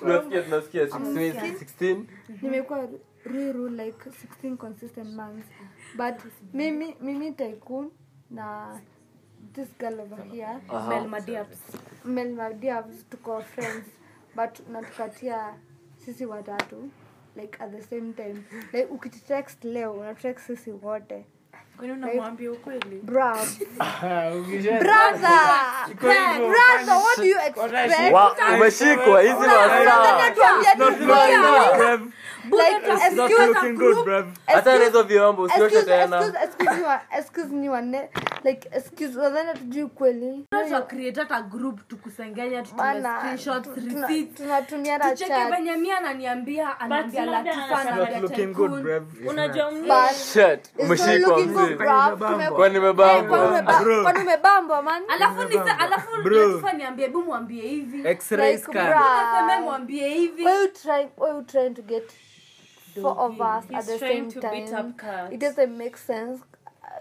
Speaker 3: tunasikia tunasikia 16, 16.
Speaker 8: nimekuwa riru like 16 consistent months but mimi mimi tycoon na this girl over here
Speaker 7: Mel Madiabs.
Speaker 8: Mel Maldives, tuko friends but natupatia sisi watatu like at the same time like ukitutext leo unatutext sisi wote
Speaker 6: kwani unamwambia ukweli
Speaker 8: Bravo. brother brother what do you expect
Speaker 3: Wa- umeshikwa hizi masaa
Speaker 8: Unataka tuambie tu
Speaker 3: masaa.
Speaker 8: like excuse
Speaker 2: looking good brev
Speaker 3: hata na hizo vyombo usioshe
Speaker 8: excuse
Speaker 3: tena
Speaker 8: excuse excuse ni wa- excuse ni wane like excuse wadhani tujui kweli
Speaker 7: Tunaweza create hata group tukusengenya tutume
Speaker 8: bana
Speaker 7: screenshots
Speaker 8: tuna-
Speaker 7: receipts
Speaker 8: tunatumiana
Speaker 7: tucheke
Speaker 8: chat
Speaker 7: venye mi ananiambia anaambia
Speaker 6: labda
Speaker 7: latifa
Speaker 6: anasema
Speaker 7: na
Speaker 2: looking good brev
Speaker 6: unajua mnini
Speaker 8: but
Speaker 3: Shit,
Speaker 8: it's not
Speaker 3: umeshikwa
Speaker 8: looking good
Speaker 3: mzee
Speaker 8: bruv
Speaker 3: kwani mebamba
Speaker 2: Bro.
Speaker 8: kwani umebambwa man
Speaker 7: alafu nisa alafu
Speaker 2: Bro.
Speaker 7: latifa niambie bu mwambie hivi
Speaker 2: x-ray
Speaker 8: Like,
Speaker 2: scan
Speaker 8: bruv.
Speaker 7: aseme mwambie hivi
Speaker 8: why you trying why you trying to get four of us at
Speaker 6: He's
Speaker 8: the
Speaker 6: trying
Speaker 8: same
Speaker 6: to beat
Speaker 8: time
Speaker 6: up cats.
Speaker 8: it doesn't make sense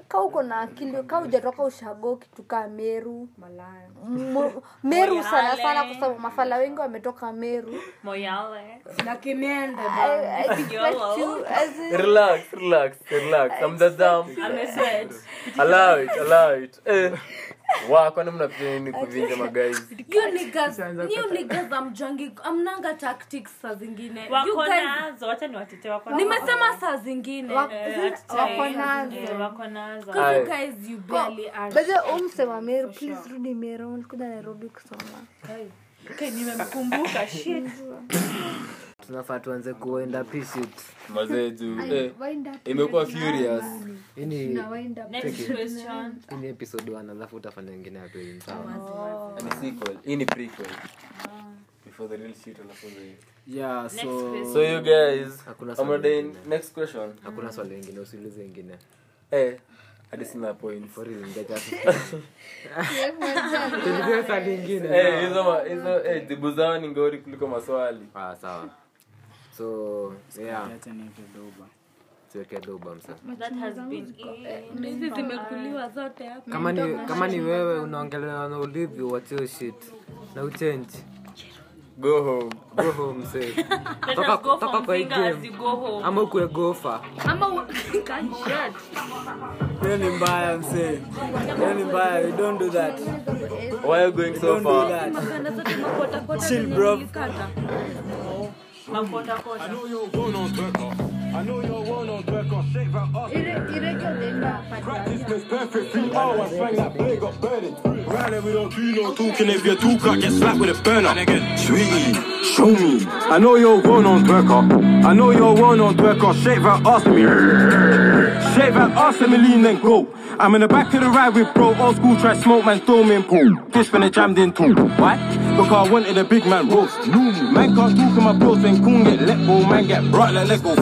Speaker 8: ka uko na akili ka ujatoka ushago kitu kaa meru
Speaker 7: malaya
Speaker 8: Mo- meru sana
Speaker 6: Moyale.
Speaker 8: sana kwa sababu mafala wengi wametoka meru
Speaker 6: moyale
Speaker 7: na kimende
Speaker 8: I,
Speaker 7: ba
Speaker 8: I expect you as in,
Speaker 3: relax relax relax amdazam
Speaker 6: ameswet
Speaker 3: allow it allow it eh wa kwani mnapitia nini kuvinja magaisi
Speaker 7: you niggas you niggas amjangi amnanga tactics saa zingine You
Speaker 6: wako
Speaker 7: guys-
Speaker 6: nazo wacha ni watete wako
Speaker 7: nimesema saa zingine
Speaker 8: Wako-
Speaker 6: Eh,
Speaker 8: wako
Speaker 6: ati-
Speaker 8: nazo.
Speaker 6: eh, wako nazo
Speaker 7: 'Cause you
Speaker 3: Aye.
Speaker 7: guys you barely are.
Speaker 8: By the way, umsema meru please rudi meru ulikuja nairobi kusoma
Speaker 6: Okay, nimemkumbuka shit
Speaker 9: tunafaa tuanze kuenda pursuits.
Speaker 3: mazeju
Speaker 9: Ay,
Speaker 3: eh,
Speaker 9: wind up
Speaker 3: imekuwa
Speaker 9: your
Speaker 3: furious
Speaker 9: money. Hii ni-
Speaker 1: Na wind up
Speaker 12: Next
Speaker 9: Tricky.
Speaker 12: question.
Speaker 9: Hii ni episode one alafu utafanya ingine ya pili sawa
Speaker 3: Ni sequel. hii ni prequel before the real shit alafu the-
Speaker 2: yeah so
Speaker 12: question.
Speaker 3: so you guys
Speaker 9: Hakuna
Speaker 3: I'm
Speaker 9: swali
Speaker 3: ready.
Speaker 9: lingine.
Speaker 3: next question
Speaker 9: hakuna swali ingine usiulize ingine
Speaker 3: eh hadi sina points
Speaker 9: For real, ngeja-
Speaker 13: Tulipewa swali ingine.
Speaker 3: eh hizo ma- hizo eh jibu zao ni ngori kuliko maswali
Speaker 9: Ah, sawa so yeah
Speaker 2: acha niite doba
Speaker 9: tuweke doba msa
Speaker 12: That has been it.
Speaker 6: hizi zimekuliwa zote hapa
Speaker 9: kama ni kama ni wewe unaongelewa na ulivyo watio shit na uchenji
Speaker 3: go home
Speaker 9: go home safe.
Speaker 12: Let
Speaker 9: Toka-
Speaker 12: us go
Speaker 9: toka
Speaker 12: from
Speaker 9: kwa hii
Speaker 12: finger as
Speaker 9: game.
Speaker 12: you go home.
Speaker 9: ama ukue gofa
Speaker 6: ama u- Gunshot.
Speaker 2: hiyo ni mbaya msee hiyo ni mbaya we don't do that
Speaker 3: why you going so
Speaker 2: don't do
Speaker 3: far
Speaker 2: that
Speaker 6: maganda zote makotakota
Speaker 2: Chill,
Speaker 6: zenye
Speaker 2: bro.
Speaker 6: nilikata.
Speaker 12: Makotakota.
Speaker 5: Show me. I know you're one on twerker. I know you're one on twerker. Shake that ass to me. Shake that ass to me, lean then go. I'm in the back of the ride with bro. Old school try smoke man, storming pool. This when it jammed in too. Why? Because I wanted a big man roast. Man can't talk to my bros, then coon get let go. Man get brought like let go.